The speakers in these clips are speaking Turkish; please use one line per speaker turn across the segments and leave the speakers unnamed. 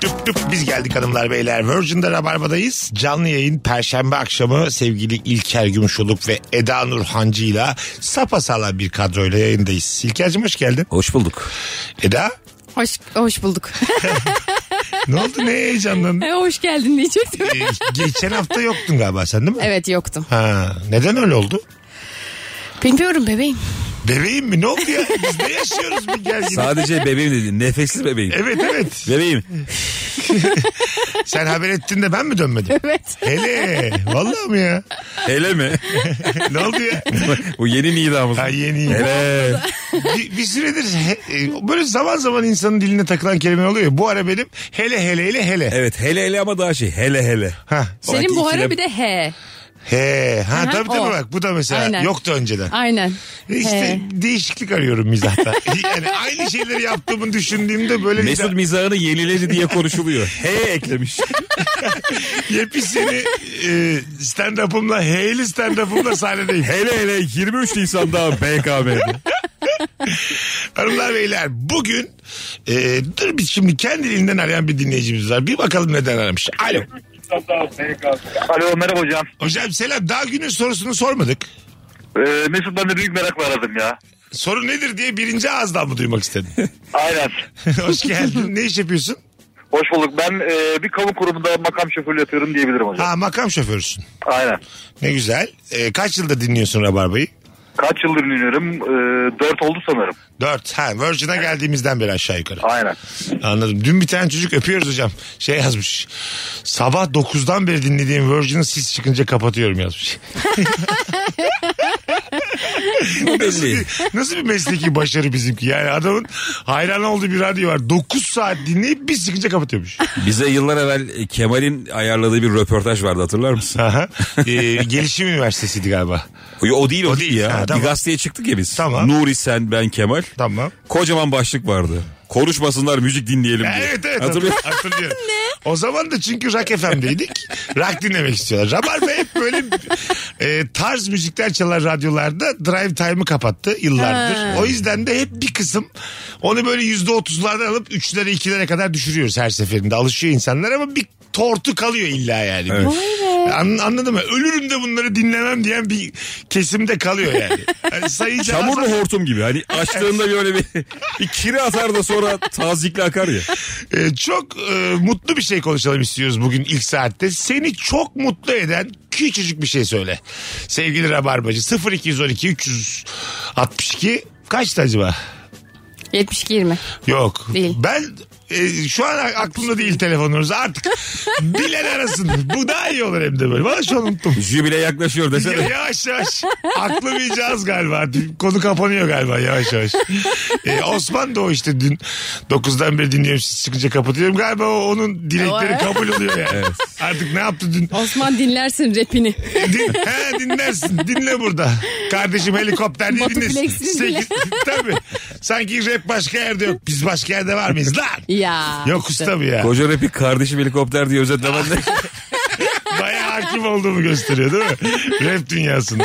Tüp tüp biz geldik hanımlar beyler. Virgin'de Rabarba'dayız. Canlı yayın Perşembe akşamı sevgili İlker Gümüşoluk ve Eda Nur Hancı'yla sapasala bir kadroyla yayındayız. İlker'cim hoş geldin.
Hoş bulduk.
Eda
Hoş, hoş bulduk.
ne oldu ne heyecanlandın?
hoş geldin diyecektim.
Ee, Geçen hafta yoktun galiba sen değil mi?
evet yoktum.
Ha, neden öyle oldu?
Bilmiyorum bebeğim.
Bebeğim mi? Ne oldu ya? Biz ne yaşıyoruz bu gerginlik?
Sadece bebeğim dedin. Nefesli bebeğim.
Evet evet.
Bebeğim.
Sen haber ettin de ben mi dönmedim?
Evet.
Hele. Vallahi mi ya?
Hele mi?
Ne oldu ya?
Bu yeni nidamız.
Ha yeni.
Hele.
bir, bir süredir he- e, böyle zaman zaman insanın diline takılan kelime oluyor. ya. Bu ara benim hele hele ile hele.
Evet hele hele ama daha şey. Hele hele.
Ha.
Senin
Sanki
buhara
ikilem-
bir de he.
He. Ha
Aha,
tabii
o.
tabii bak bu da mesela
Aynen.
yoktu önceden.
Aynen.
E İşte
He.
değişiklik arıyorum mizahta. yani aynı şeyleri yaptığımı düşündüğümde böyle
Mesut
Mesut...
mizahını yeniledi diye konuşuluyor. He eklemiş.
yepyeni e, stand-up'ımla heyli stand-up'ımla sahnedeyim.
Hele hele 23 Nisan'da BKM'de.
Hanımlar beyler bugün e, dur biz şimdi kendiliğinden arayan bir dinleyicimiz var. Bir bakalım neden aramış. Alo.
Alo merhaba hocam.
Hocam selam daha günün sorusunu sormadık.
Ee, Mesut ben de büyük merakla aradım ya.
Soru nedir diye birinci ağızdan mı duymak istedin?
Aynen.
Hoş geldin. Ne iş yapıyorsun?
Hoş bulduk. Ben e, bir kamu kurumunda makam şoförlüğü yapıyorum diyebilirim hocam.
Ha makam şoförüsün.
Aynen.
Ne güzel. Ee, kaç yıldır dinliyorsun Rabarba'yı?
Kaç yıldır dinliyorum? E, dört oldu sanırım.
Dört. Ha Virgin'a geldiğimizden beri aşağı yukarı.
Aynen.
Anladım. Dün bir tane çocuk öpüyoruz hocam. Şey yazmış. Sabah 9'dan beri dinlediğim Virgin'ı siz çıkınca kapatıyorum yazmış.
Belli.
Nasıl bir mesleki başarı bizimki? Yani adamın hayran olduğu bir radyo var. 9 saat dinleyip biz çıkınca kapatıyormuş.
Bize yıllar evvel e, Kemal'in ayarladığı bir röportaj vardı hatırlar mısın?
Aha. Ee, gelişim üniversitesiydi galiba.
O, o değil o,
O
değil
değil.
ya.
Ha, tamam.
Bir gazeteye çıktık ya biz.
Tamam.
Nuri sen ben Kemal.
Tamam.
Kocaman başlık vardı. Konuşmasınlar müzik dinleyelim diye.
Evet evet
Hatırlıyor musun?
hatırlıyorum. O zaman da çünkü Rock FM'deydik. rock dinlemek istiyorlar. Rabarba hep böyle e, tarz müzikler çalan radyolarda drive time'ı kapattı yıllardır. O yüzden de hep bir kısım onu böyle yüzde otuzlardan alıp üçlere ikilere kadar düşürüyoruz her seferinde. Alışıyor insanlar ama bir tortu kalıyor illa yani.
Evet.
An- anladın mı? Ölürüm de bunları dinlemem diyen bir kesimde kalıyor yani. yani sayıca
Çamurlu hortum gibi. Hani açtığında böyle bir, bir kiri atar da sonra tazikli akar ya.
Ee, çok e, mutlu bir şey konuşalım istiyoruz bugün ilk saatte. Seni çok mutlu eden küçücük bir şey söyle. Sevgili Rabarbacı 0212 362 kaçtı acaba?
72 20.
Yok.
Değil.
Ben e, şu an aklımda değil telefonunuz artık. Bilen arasın. Bu daha iyi olur hem de böyle. Valla şu an unuttum.
Jübile yaklaşıyor
Ya-
desene.
Yavaş yavaş. Aklım yiyeceğiz galiba. Konu kapanıyor galiba yavaş yavaş. Ee, Osman da o işte dün 9'dan beri dinliyorum siz çıkınca kapatıyorum. Galiba o- onun dilekleri
Vay.
kabul oluyor yani. Artık ne yaptı dün?
Osman dinlersin rapini.
Din, he, dinlersin. Dinle burada. Kardeşim helikopter diye
Batu
dinlesin.
Flex'in bile.
Tabii. Sanki rap başka yerde yok. Biz başka yerde var mıyız lan?
ya.
Yok usta bu ya.
Koca rapi kardeşim helikopter diye özetlemen de.
Bayağı hakim olduğumu gösteriyor değil mi? Rap dünyasında.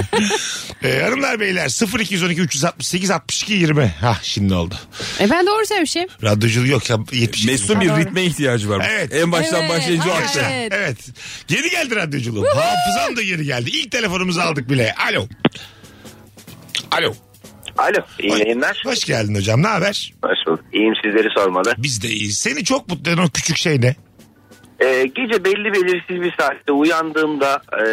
Ee, hanımlar beyler 0212 368 62 20. Hah şimdi oldu.
E ben doğru söylemişim.
Radyoculuk yok ya 72.
Mesut'un bir ritme ihtiyacı var.
Evet.
En baştan
Evet,
başlayınca o
aynen.
aktar.
Evet. evet. Geri geldi radyoculuğum. Hafızam da geri geldi. İlk telefonumuzu aldık bile. Alo. Alo.
Alo iyi yayınlar.
Hoş geldin hocam. Ne haber?
Hoş bulduk. İyiyim sizleri sormalı.
Biz de iyiyiz. Seni çok mutlu eden o küçük şey ne?
Ee, gece belli belirsiz bir saatte uyandığımda e,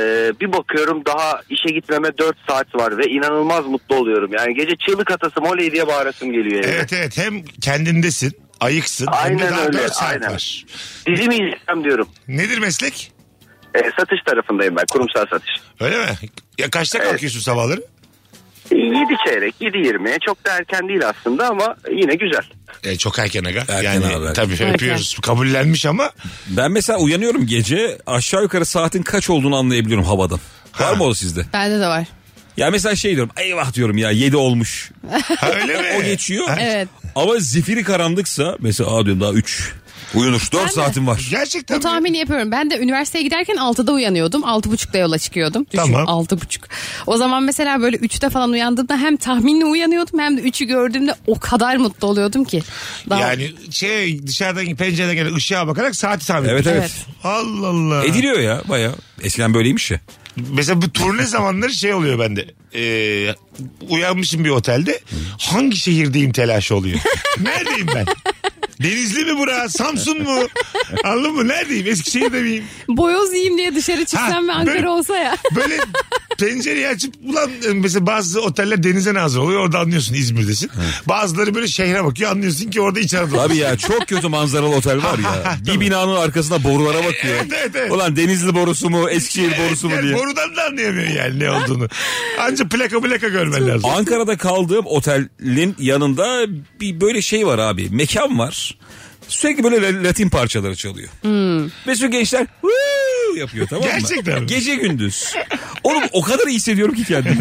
bir bakıyorum daha işe gitmeme 4 saat var ve inanılmaz mutlu oluyorum. Yani gece çığlık atasım oley diye bağırasım geliyor. evde.
Evet evet. Hem kendindesin. Ayıksın. hem de
Aynen
daha
öyle,
4 saat
aynen.
var.
Dizimi izleyeceğim diyorum.
Nedir meslek?
Ee, satış tarafındayım ben kurumsal satış.
Öyle mi? Ya kaçta
Evet.
kalkıyorsun sabahları?
7 E, çeyrek 7 20'ye çok da erken değil aslında ama yine güzel.
E, çok erken aga.
Erken
yani
abi, erken.
tabii öpüyoruz. Kabullenmiş ama
Ben mesela uyanıyorum gece aşağı yukarı saatin kaç olduğunu anlayabiliyorum havadan.
Ha.
Var mı o sizde?
Bende de var.
Ya mesela şey diyorum eyvah diyorum ya 7 olmuş.
Ha, öyle mi?
O geçiyor.
Evet.
Ama zifiri karanlıksa mesela aa diyorum daha 3. Uyunur 4 saatim var.
Gerçekten
Bu tahmini yapıyorum. Ben de üniversiteye giderken 6'da uyanıyordum. 6.30'da yola çıkıyordum. Düşün
Tamam.
6.30. O zaman mesela böyle 3'te falan uyandığımda hem tahminle uyanıyordum hem de 3'ü gördüğümde o kadar mutlu oluyordum ki. Daha...
Yani şey dışarıdan pencereden gelen ışığa bakarak saati tahmin
Evet
ediyorsun.
evet.
Evet.
Allah Allah.
Ediliyor ya baya. Eskiden böyleymiş ya.
Mesela bu turne zamanları şey oluyor bende. Ee, uyanmışım bir otelde. Hangi şehirdeyim telaşı oluyor. Neredeyim ben? Denizli mi bura? Samsun mu? Anladın mı? Neredeyim? Eskişehir'de miyim?
Boyoz yiyeyim diye dışarı çıksam
Ha,
ve Ankara
böyle-
olsa ya.
Böyle pencereyi açıp ulan mesela bazı oteller denize nazır oluyor. Orada anlıyorsun İzmir'desin. Bazıları böyle şehre bakıyor. Anlıyorsun ki orada içeride.
Abi ya çok kötü manzaralı otel var ya. Bir binanın arkasında borulara bakıyor.
Evet, evet, evet.
Ulan Denizli borusu mu Eskişehir borusu mu
Yani
diye.
borudan da anlayamıyorsun yani ne olduğunu. Anca plaka plaka görmen lazım.
Ankara'da kaldığım otelin yanında bir böyle şey var abi. Mekan var. Sürekli böyle la- Latin parçaları çalıyor. Ve şu gençler "Huu!" yapıyor tamam mı?
Gerçekten mi?
Gece gündüz. Oğlum o kadar iyi hissediyorum ki kendimi.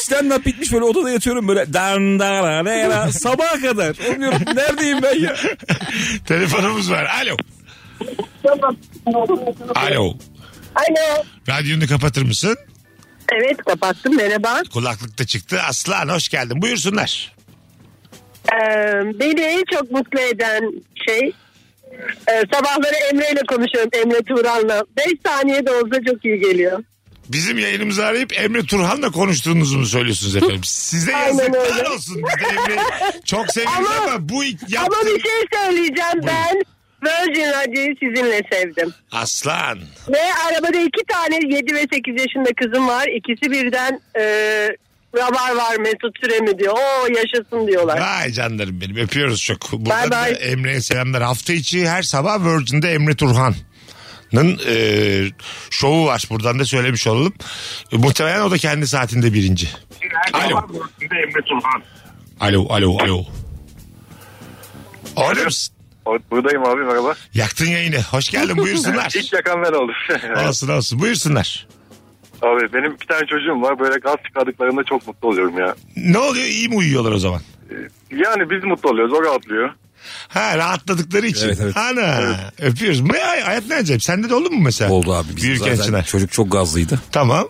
Stand up bitmiş böyle odada yatıyorum böyle dan da ra re ra sabaha kadar. Oğlum diyorum, neredeyim ben ya?
Telefonumuz var. Alo. Alo.
Alo.
Radyonu kapatır mısın?
Evet kapattım merhaba.
Kulaklık da çıktı. Aslan hoş geldin. Buyursunlar.
Ee,
E,
beni en çok mutlu eden şey e, sabahları Emre ile konuşuyorum Emre Turan'la. 5 saniye de olsa çok iyi geliyor.
Bizim yayınımızı arayıp Emre Turhan'la konuştuğunuzu mu söylüyorsunuz efendim? Size
Aynen
yazıklar
öyle.
olsun. Biz de Emre'yi çok severiz ama,
Ama-
bu ilk
Ama
yaptığın...
bir şey söyleyeceğim
Buyurun.
ben Virgin Radio'yu sizinle sevdim.
Aslan.
Ve arabada iki tane 7 ve 8 yaşında kızım var. İkisi birden e, rabar var Mesut Süre mi diyor. Oo yaşasın diyorlar.
Vay canlarım benim. Öpüyoruz çok. Buradan
Bye
da
bye.
Emre'ye selamlar. Hafta içi her sabah Virgin'de Emre Turhan. şovu var. Buradan da söylemiş olalım. E, muhtemelen o da kendi saatinde birinci. Alo. Alo, alo, alo. Orada mısın?
Buradayım abi merhaba.
Yaktın yayını. Hoş geldin. Buyursunlar.
İlk yakan ben oldum.
olsun olsun. Buyursunlar.
abi benim iki tane çocuğum var. Böyle gaz çıkardıklarında çok mutlu oluyorum ya.
Ne oluyor? İyi mi uyuyorlar o zaman?
Yani biz mutlu oluyoruz. O rahatlıyor.
Ha rahatladıkları için.
Evet, evet.
Ana öpüyoruz. Ne, hay- hayat ne acayip. Sende de oldu mu mesela?
Oldu abi. Bizim
Büyürken
zaten
Çınar.
çocuk çok gazlıydı.
Tamam.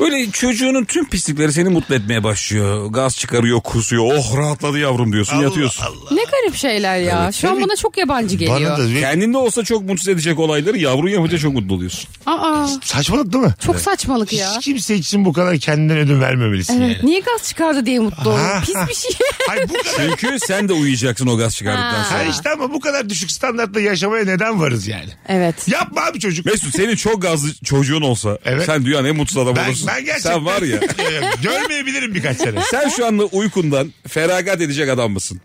Böyle çocuğunun tüm pislikleri seni mutlu etmeye başlıyor. Gaz çıkarıyor, kusuyor. Oh rahatladı yavrum diyorsun,
Allah
yatıyorsun.
Allah.
Ne garip şeyler ya. Şu an bana çok yabancı
Bana
geliyor.
da bir-
Kendinde olsa çok mutsuz edecek olayları yavrun yapınca çok mutlu oluyorsun.
Aa,
saçmalık değil mi?
çok saçmalık ya.
Hiç kimse için bu kadar kendinden ödün vermemelisin
Evet,
yani.
niye gaz çıkardı diye mutlu
Ha,
oldum. Pis
ha.
bir şey.
Hayır bu kadar.
Çünkü sen de uyuyacaksın o gaz çıkardıktan
Ha.
sonra.
Ha işte ama bu kadar düşük standartla yaşamaya neden varız yani?
evet.
Yapma abi çocuk.
Mesut senin çok gazlı çocuğun olsa
Evet.
sen dünyanın en mutsuz adamı
Ben-
olursun.
ben gerçekten-
Sen var ya.
Ee, Görmeyebilirim birkaç sene.
sen şu anda uykundan feragat edecek adam mısın?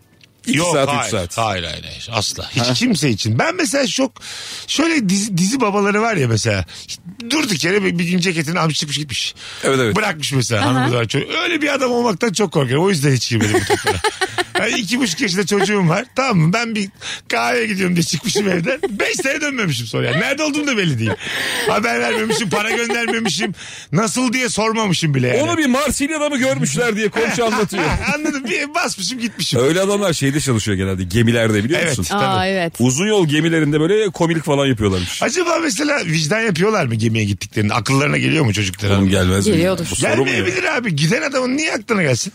2
Yok
saat 3
hayır,
saat.
hayır hayır hayır. asla hiç kimse için ben mesela çok şöyle dizi, dizi babaları var ya mesela durduk yere bir, bir gün ceketini almış çıkmış gitmiş
Evet, evet.
bırakmış mesela hanımı da var. Çocuk- öyle bir adam olmaktan çok korkuyorum o yüzden hiç girmedim bu topluma. Yani iki buçuk yaşında çocuğum var tamam mı ben bir kahveye gidiyorum diye çıkmışım evden beş sene dönmemişim sonra yani nerede olduğum da belli değil haber vermemişim para göndermemişim nasıl diye sormamışım bile yani.
Onu bir Marsilya'da mı görmüşler diye komşu anlatıyor.
Anladım bir basmışım gitmişim.
Öyle adamlar şeyde çalışıyor genelde gemilerde biliyor
Evet.
musun?
Aa evet.
Uzun yol gemilerinde böyle komilik falan yapıyorlarmış.
Acaba mesela vicdan yapıyorlar mı gemiye gittiklerinde? Akıllarına geliyor mu çocuklara?
Oğlum gelmez mi?
Geliyordur.
Bu soru mu ya?
Gelmeyebilir abi. Giden adamın niye aklına gelsin?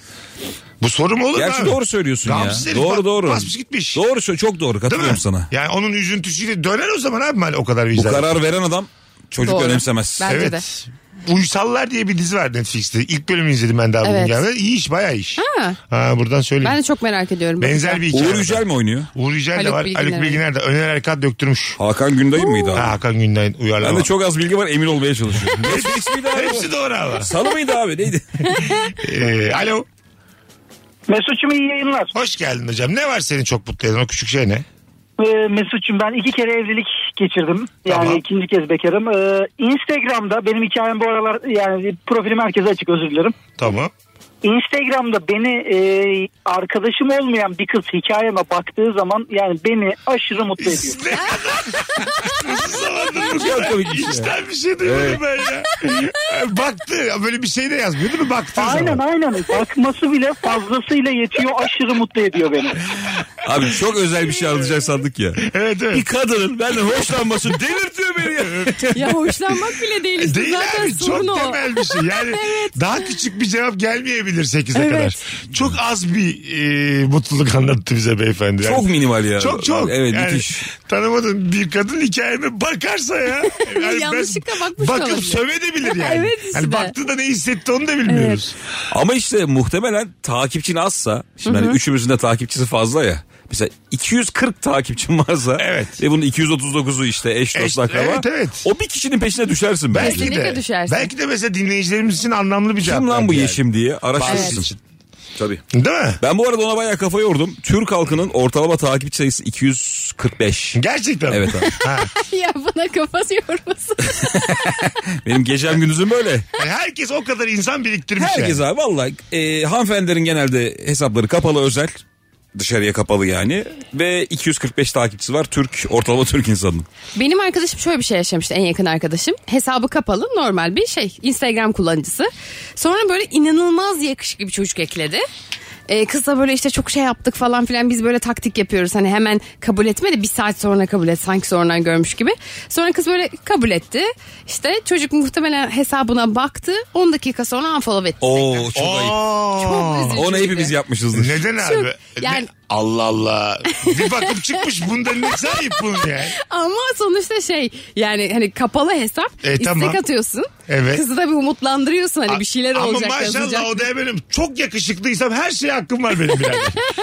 Bu soru mu olur mu
Gerçi
abi?
doğru söylüyorsun
Gamsız
ya.
herif
Doğru
bas-
doğru.
Basmış gitmiş.
Doğru sö- çok doğru
Değil
katılıyorum
mi?
sana.
Yani onun üzüntüsüyle döner o zaman abi hani o kadar
Bu
vicdan.
karar veren adam çocuk
Doğru.
önemsemez.
Ben- Bence
Evet. Uysallar diye bir dizi var Netflix'te. İlk bölümünü izledim ben daha bugün
Evet.
gelmeden. İyi iş bayağı iyi iş.
Ha.
Ha, buradan söyleyeyim.
Ben de çok merak ediyorum.
Benzer bir hikaye.
Uğur
var.
Yücel mi oynuyor?
Uğur Yücel de
Haluk
var.
Bilginer.
Haluk Bilginer de Öner Erkan döktürmüş.
Hakan Günday mıydı
Ha,
abi?
Hakan Günden
Ben
uyarlama.
de çok az bilgi var emin olmaya çalışıyorum. Netflix miydi abi?
Hepsi doğru ama.
Salı mıydı abi neydi?
Ee, alo.
Mesut'cum iyi yayınlar.
Hoş geldin hocam. Ne var seni çok mutlu eden o küçük şey ne?
Ee, Mesut'cum ben iki kere evlilik geçirdim. Yani
Tamam.
ikinci kez bekarım. E, Ee, Instagram'da benim hikayem bu aralar yani profilim herkese açık özür dilerim.
Tamam.
Instagram'da beni e, arkadaşım olmayan bir kız hikayeme baktığı zaman yani beni aşırı mutlu ediyor.
Ne kadar uzun zamandır bu kadar
komik bir şey ya.
içten bir şey duymadım ben ya. E, Baktı böyle bir şey de yazmıyor değil mi? Baktı
Aynen aynen bakması bile fazlasıyla yetiyor aşırı mutlu ediyor beni.
Abi çok özel bir şey anlatacak sandık ya.
Evet
Bir
evet.
kadının benden hoşlanması delirtiyor beni ya.
Ya hoşlanmak bile değil işte.
Değil
Zaten
abi
sorun
çok
o.
temel bir şey. Yani daha küçük bir cevap gelmeyebilir 8'e kadar. Çok az bir e, mutluluk anlattı bize beyefendi. Yani
Çok minimal ya.
Çok çok.
Evet
Yani
müthiş.
Tanımadığın bir kadın hikayeme bakarsa ya. ben-
Yanlışlıkla bakmış
Bakıp
olabilir.
sövedebilir yani.
Evet işte.
Hani baktı da ne hissetti onu da bilmiyoruz.
Ama işte muhtemelen takipçin azsa. Şimdi hani üçümüzün de takipçisi fazla ya. Mesela 240 takipçin varsa.
Evet.
Ve bunun 239'u işte eş
Eş-
dost akraba.
evet, evet.
O bir kişinin peşine düşersin belki.
Belki
Kesinlikle
de.
düşersin.
Belki de mesela dinleyicilerimiz için anlamlı bir cevap.
Kim lan bu
verdi yani.
yeşim diye
Bazısı
araştırırsın.
için.
Tabii.
Değil mi?
Ben bu arada ona bayağı kafa yordum. Türk halkının ortalama takipçi sayısı 245.
Gerçekten. mi?
Evet abi.
Ha.
ya buna kafası yormasın.
Benim gecem gündüzüm böyle.
Yani E, herkes o kadar insan biriktirmiş.
Herkes
yani.
abi valla e, hanımefendilerin genelde hesapları kapalı özel. Dışarıya kapalı yani. Ve 245 takipçisi var. Türk ortalama Türk insanının.
Benim arkadaşım şöyle bir şey yaşamıştı en yakın arkadaşım. Hesabı kapalı normal bir şey Instagram kullanıcısı. Sonra böyle inanılmaz yakışıklı bir çocuk ekledi. Ee, kız da böyle işte çok şey yaptık falan filan biz böyle taktik yapıyoruz hani hemen kabul etme de bir saat sonra kabul et sanki sonradan görmüş gibi. Sonra kız böyle kabul etti işte çocuk muhtemelen hesabına baktı 10 dakika sonra unfollow etti.
Oo çok ayıp.
Oo.
Çok üzücü
Onu
bir
hepimiz
de.
yapmışızdır. Şey
Neden abi? E,
Çok-
Ne-
yani-
Allah Allah. Bir bakıp çıkmış bundan ne sahip bunun yani.
Ama sonuçta şey yani hani kapalı hesap
E,
istek
tamam.
atıyorsun.
Evet.
Kızı da bir umutlandırıyorsun hani bir şeyler
Ama
olacak
maşallah
yazacak.
o da benim çok yakışıklıysam her şeye hakkım var benim yani.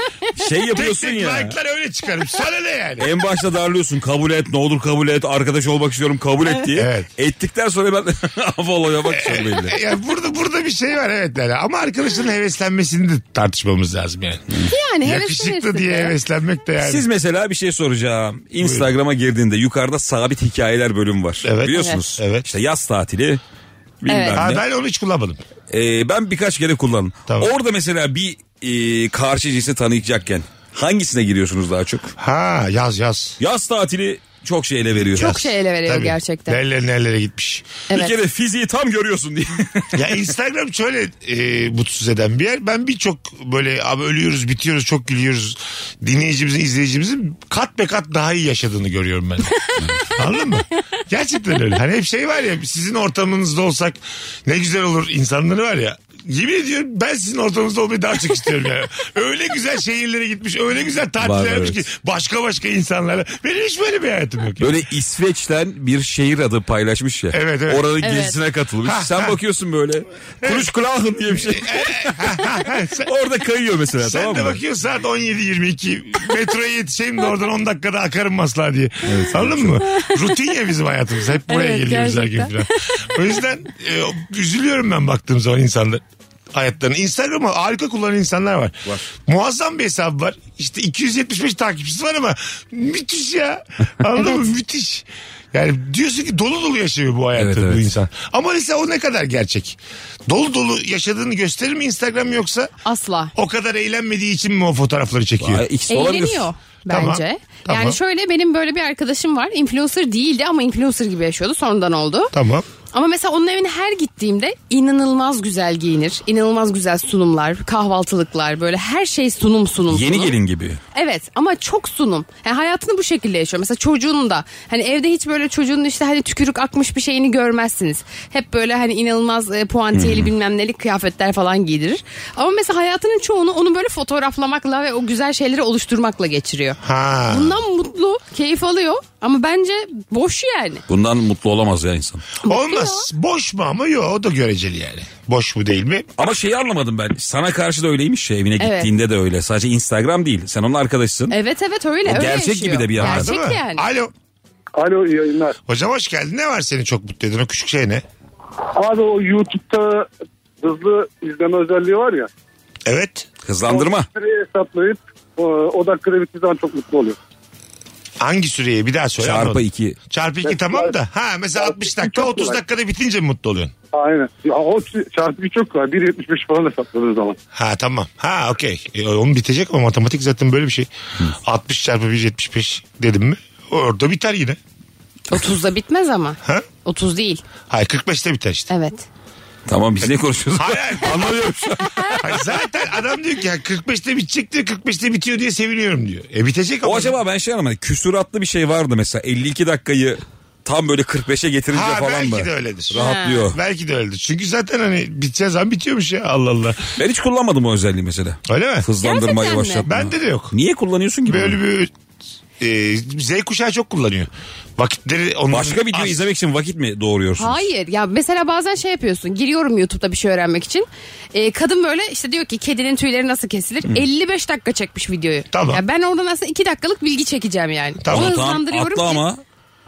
Şey
Tek
yapıyorsun
tek
ya.
like'lar öyle çıkarım. Sana ne yani?
En başta darlıyorsun kabul et ne olur kabul et arkadaş olmak istiyorum kabul et diye.
Evet.
Ettikten sonra ben follow'a bakıyorum belli.
yani burada burada bir şey var evet yani. Ama arkadaşın heveslenmesini de tartışmamız lazım yani.
Yani
Yakışıklı
heveslenirsin
diye
de.
heveslenmek de yani.
Siz mesela bir şey soracağım. Instagram'a girdiğinde yukarıda sabit hikayeler bölümü var.
Evet.
Biliyorsunuz.
Evet. Evet.
İşte yaz tatili. Bilmem
Evet.
ne.
Ha, ben onu hiç kullanmadım.
Ee, ben birkaç kere kullandım.
Tamam.
Orada mesela bir e, karşı cinsi tanıyacakken hangisine giriyorsunuz daha çok?
Ha yaz yaz.
Yaz tatili çok şey ele veriyor.
Çok şey ele veriyor gerçekten.
Nerelere nerelere gitmiş.
Bir
Evet.
kere fiziği tam görüyorsun diye.
ya Instagram şöyle e, mutsuz eden bir yer. Ben birçok böyle abi ölüyoruz bitiyoruz çok gülüyoruz dinleyicimizin izleyicimizin kat be kat daha iyi yaşadığını görüyorum ben. Anladın mı? Gerçekten öyle. Hani hep şey var ya sizin ortamınızda olsak ne güzel olur insanları var ya. Yemin ediyorum ben sizin ortamınızda olmayı daha çok istiyorum yani. Öyle güzel şehirlere gitmiş, öyle güzel
Var,
tatiller yapmış
evet.
ki başka başka insanlara. Benim hiç böyle bir hayatım yok. ya.
Böyle İsveç'ten bir şehir adı paylaşmış ya.
Evet, evet.
Oranın
Evet.
gezisine katılmış.
Ha,
Sen
ha.
bakıyorsun böyle. Kuruş kulağın diye bir şey. Orada kayıyor mesela
Sen
tamam
de
mı?
bakıyorsun saat 17.22 metroya yetişeyim de oradan 10 dakikada akarım masla diye. Anladın mı? Rutin ya bizim hayatımız. Hep buraya
Evet,
geliyoruz her gün
gerçekten.
falan. O yüzden e, üzülüyorum ben baktığım zaman insanlar hayatlarını. Instagram'ı harika kullanan insanlar var.
Var.
Muazzam bir hesap var. İşte 275 takipçisi var ama müthiş ya. Anladın mı? Müthiş. Yani diyorsun ki dolu dolu yaşıyor bu hayatı
Evet,
bu
evet.
insan. Ama mesela o ne kadar gerçek? Dolu dolu yaşadığını gösterir mi Instagram yoksa?
Asla.
O kadar eğlenmediği için mi o fotoğrafları çekiyor?
Aa, ikisi de olabilir.
Eğleniyor
Tamam,
bence.
tamam.
Yani şöyle benim böyle bir arkadaşım var. Influencer değildi ama influencer gibi yaşıyordu. Sonradan oldu.
Tamam.
Ama mesela onun evine her gittiğimde inanılmaz güzel giyinir. inanılmaz güzel sunumlar, kahvaltılıklar böyle her şey sunum sunum.
Yeni
sunum.
gelin gibi.
Evet ama çok sunum. Yani hayatını bu şekilde yaşıyor. Mesela çocuğun da hani evde hiç böyle çocuğun işte hani tükürük akmış bir şeyini görmezsiniz. Hep böyle hani inanılmaz e, puantiyeli bilmem nelik kıyafetler falan giydirir. Ama mesela hayatının çoğunu onu böyle fotoğraflamakla ve o güzel şeyleri oluşturmakla geçiriyor.
Ha.
Bundan mutlu, keyif alıyor ama bence boş yani.
Bundan mutlu olamaz ya insan.
Olmaz. Boş mu ama yok o da göreceli yani. Boş mu değil mi?
Ama şeyi anlamadım ben. Sana karşı da öyleymiş ya evine
Evet.
gittiğinde de öyle. Sadece Instagram değil. Sen onun arkadaşısın.
Evet evet öyle.
O
öyle
gerçek
yaşıyor.
gibi de bir yandan.
Gerçek
Değil mi?
yani.
Alo.
Alo iyi yayınlar.
Hocam hoş geldin. Ne var seni çok mutlu eden o küçük şey ne?
Abi o YouTube'da hızlı izleme özelliği var ya.
Evet.
Hızlandırma.
Sıraya hesaplayıp o, o dakikada bittiği zaman çok mutlu oluyor.
Hangi süreye bir daha söyle.
Çarpı
anlamadım.
iki.
Çarpı 2 tamam da. Ha mesela 60 dakika 30 dakikada bitince mi mutlu oluyorsun?
Aynen. Ya, o çarpı bir çok var. 1.75 falan hesapladığın zaman.
Ha tamam. Ha okey. E, onun bitecek ama matematik zaten böyle bir şey. 60 çarpı 1 75 dedim mi? Orada biter yine.
30'da bitmez ama.
Ha?
30 değil.
Hayır 45'te biter işte.
Evet.
Tamam biz ne konuşuyoruz?
Hayır, hayır.
Anlamıyorum şu an.
Hayır, zaten adam diyor ki ya 45'te bitecek diyor 45'te bitiyor diye seviniyorum diyor. E bitecek ama.
O acaba ben şey anlamadım. Küsuratlı bir şey vardı mesela 52 dakikayı tam böyle 45'e getirince
ha,
falan
belki
mı?
de öyledir.
Rahatlıyor.
Belki de öyledir. Çünkü zaten hani biteceği zaman bitiyormuş ya Allah Allah.
Ben hiç kullanmadım o özelliği mesela.
Öyle mi?
Hızlandırma
Gerçekten mi?
yavaşlatma.
Bende de yok.
Niye kullanıyorsun ki
Böyle
bunu?
bir e, Z kuşağı çok kullanıyor. Vakitleri onun
Başka video
Az-
izlemek için vakit mi doğuruyorsun?
Hayır ya mesela bazen şey yapıyorsun giriyorum YouTube'da bir şey öğrenmek için. Ee, kadın böyle işte diyor ki kedinin tüyleri nasıl kesilir? 55 dakika çekmiş videoyu.
Tamam.
Ya ben oradan aslında 2 dakikalık bilgi çekeceğim yani.
Tamam.
Onu
Tamam,
hızlandırıyorum
atla
ki-
ama.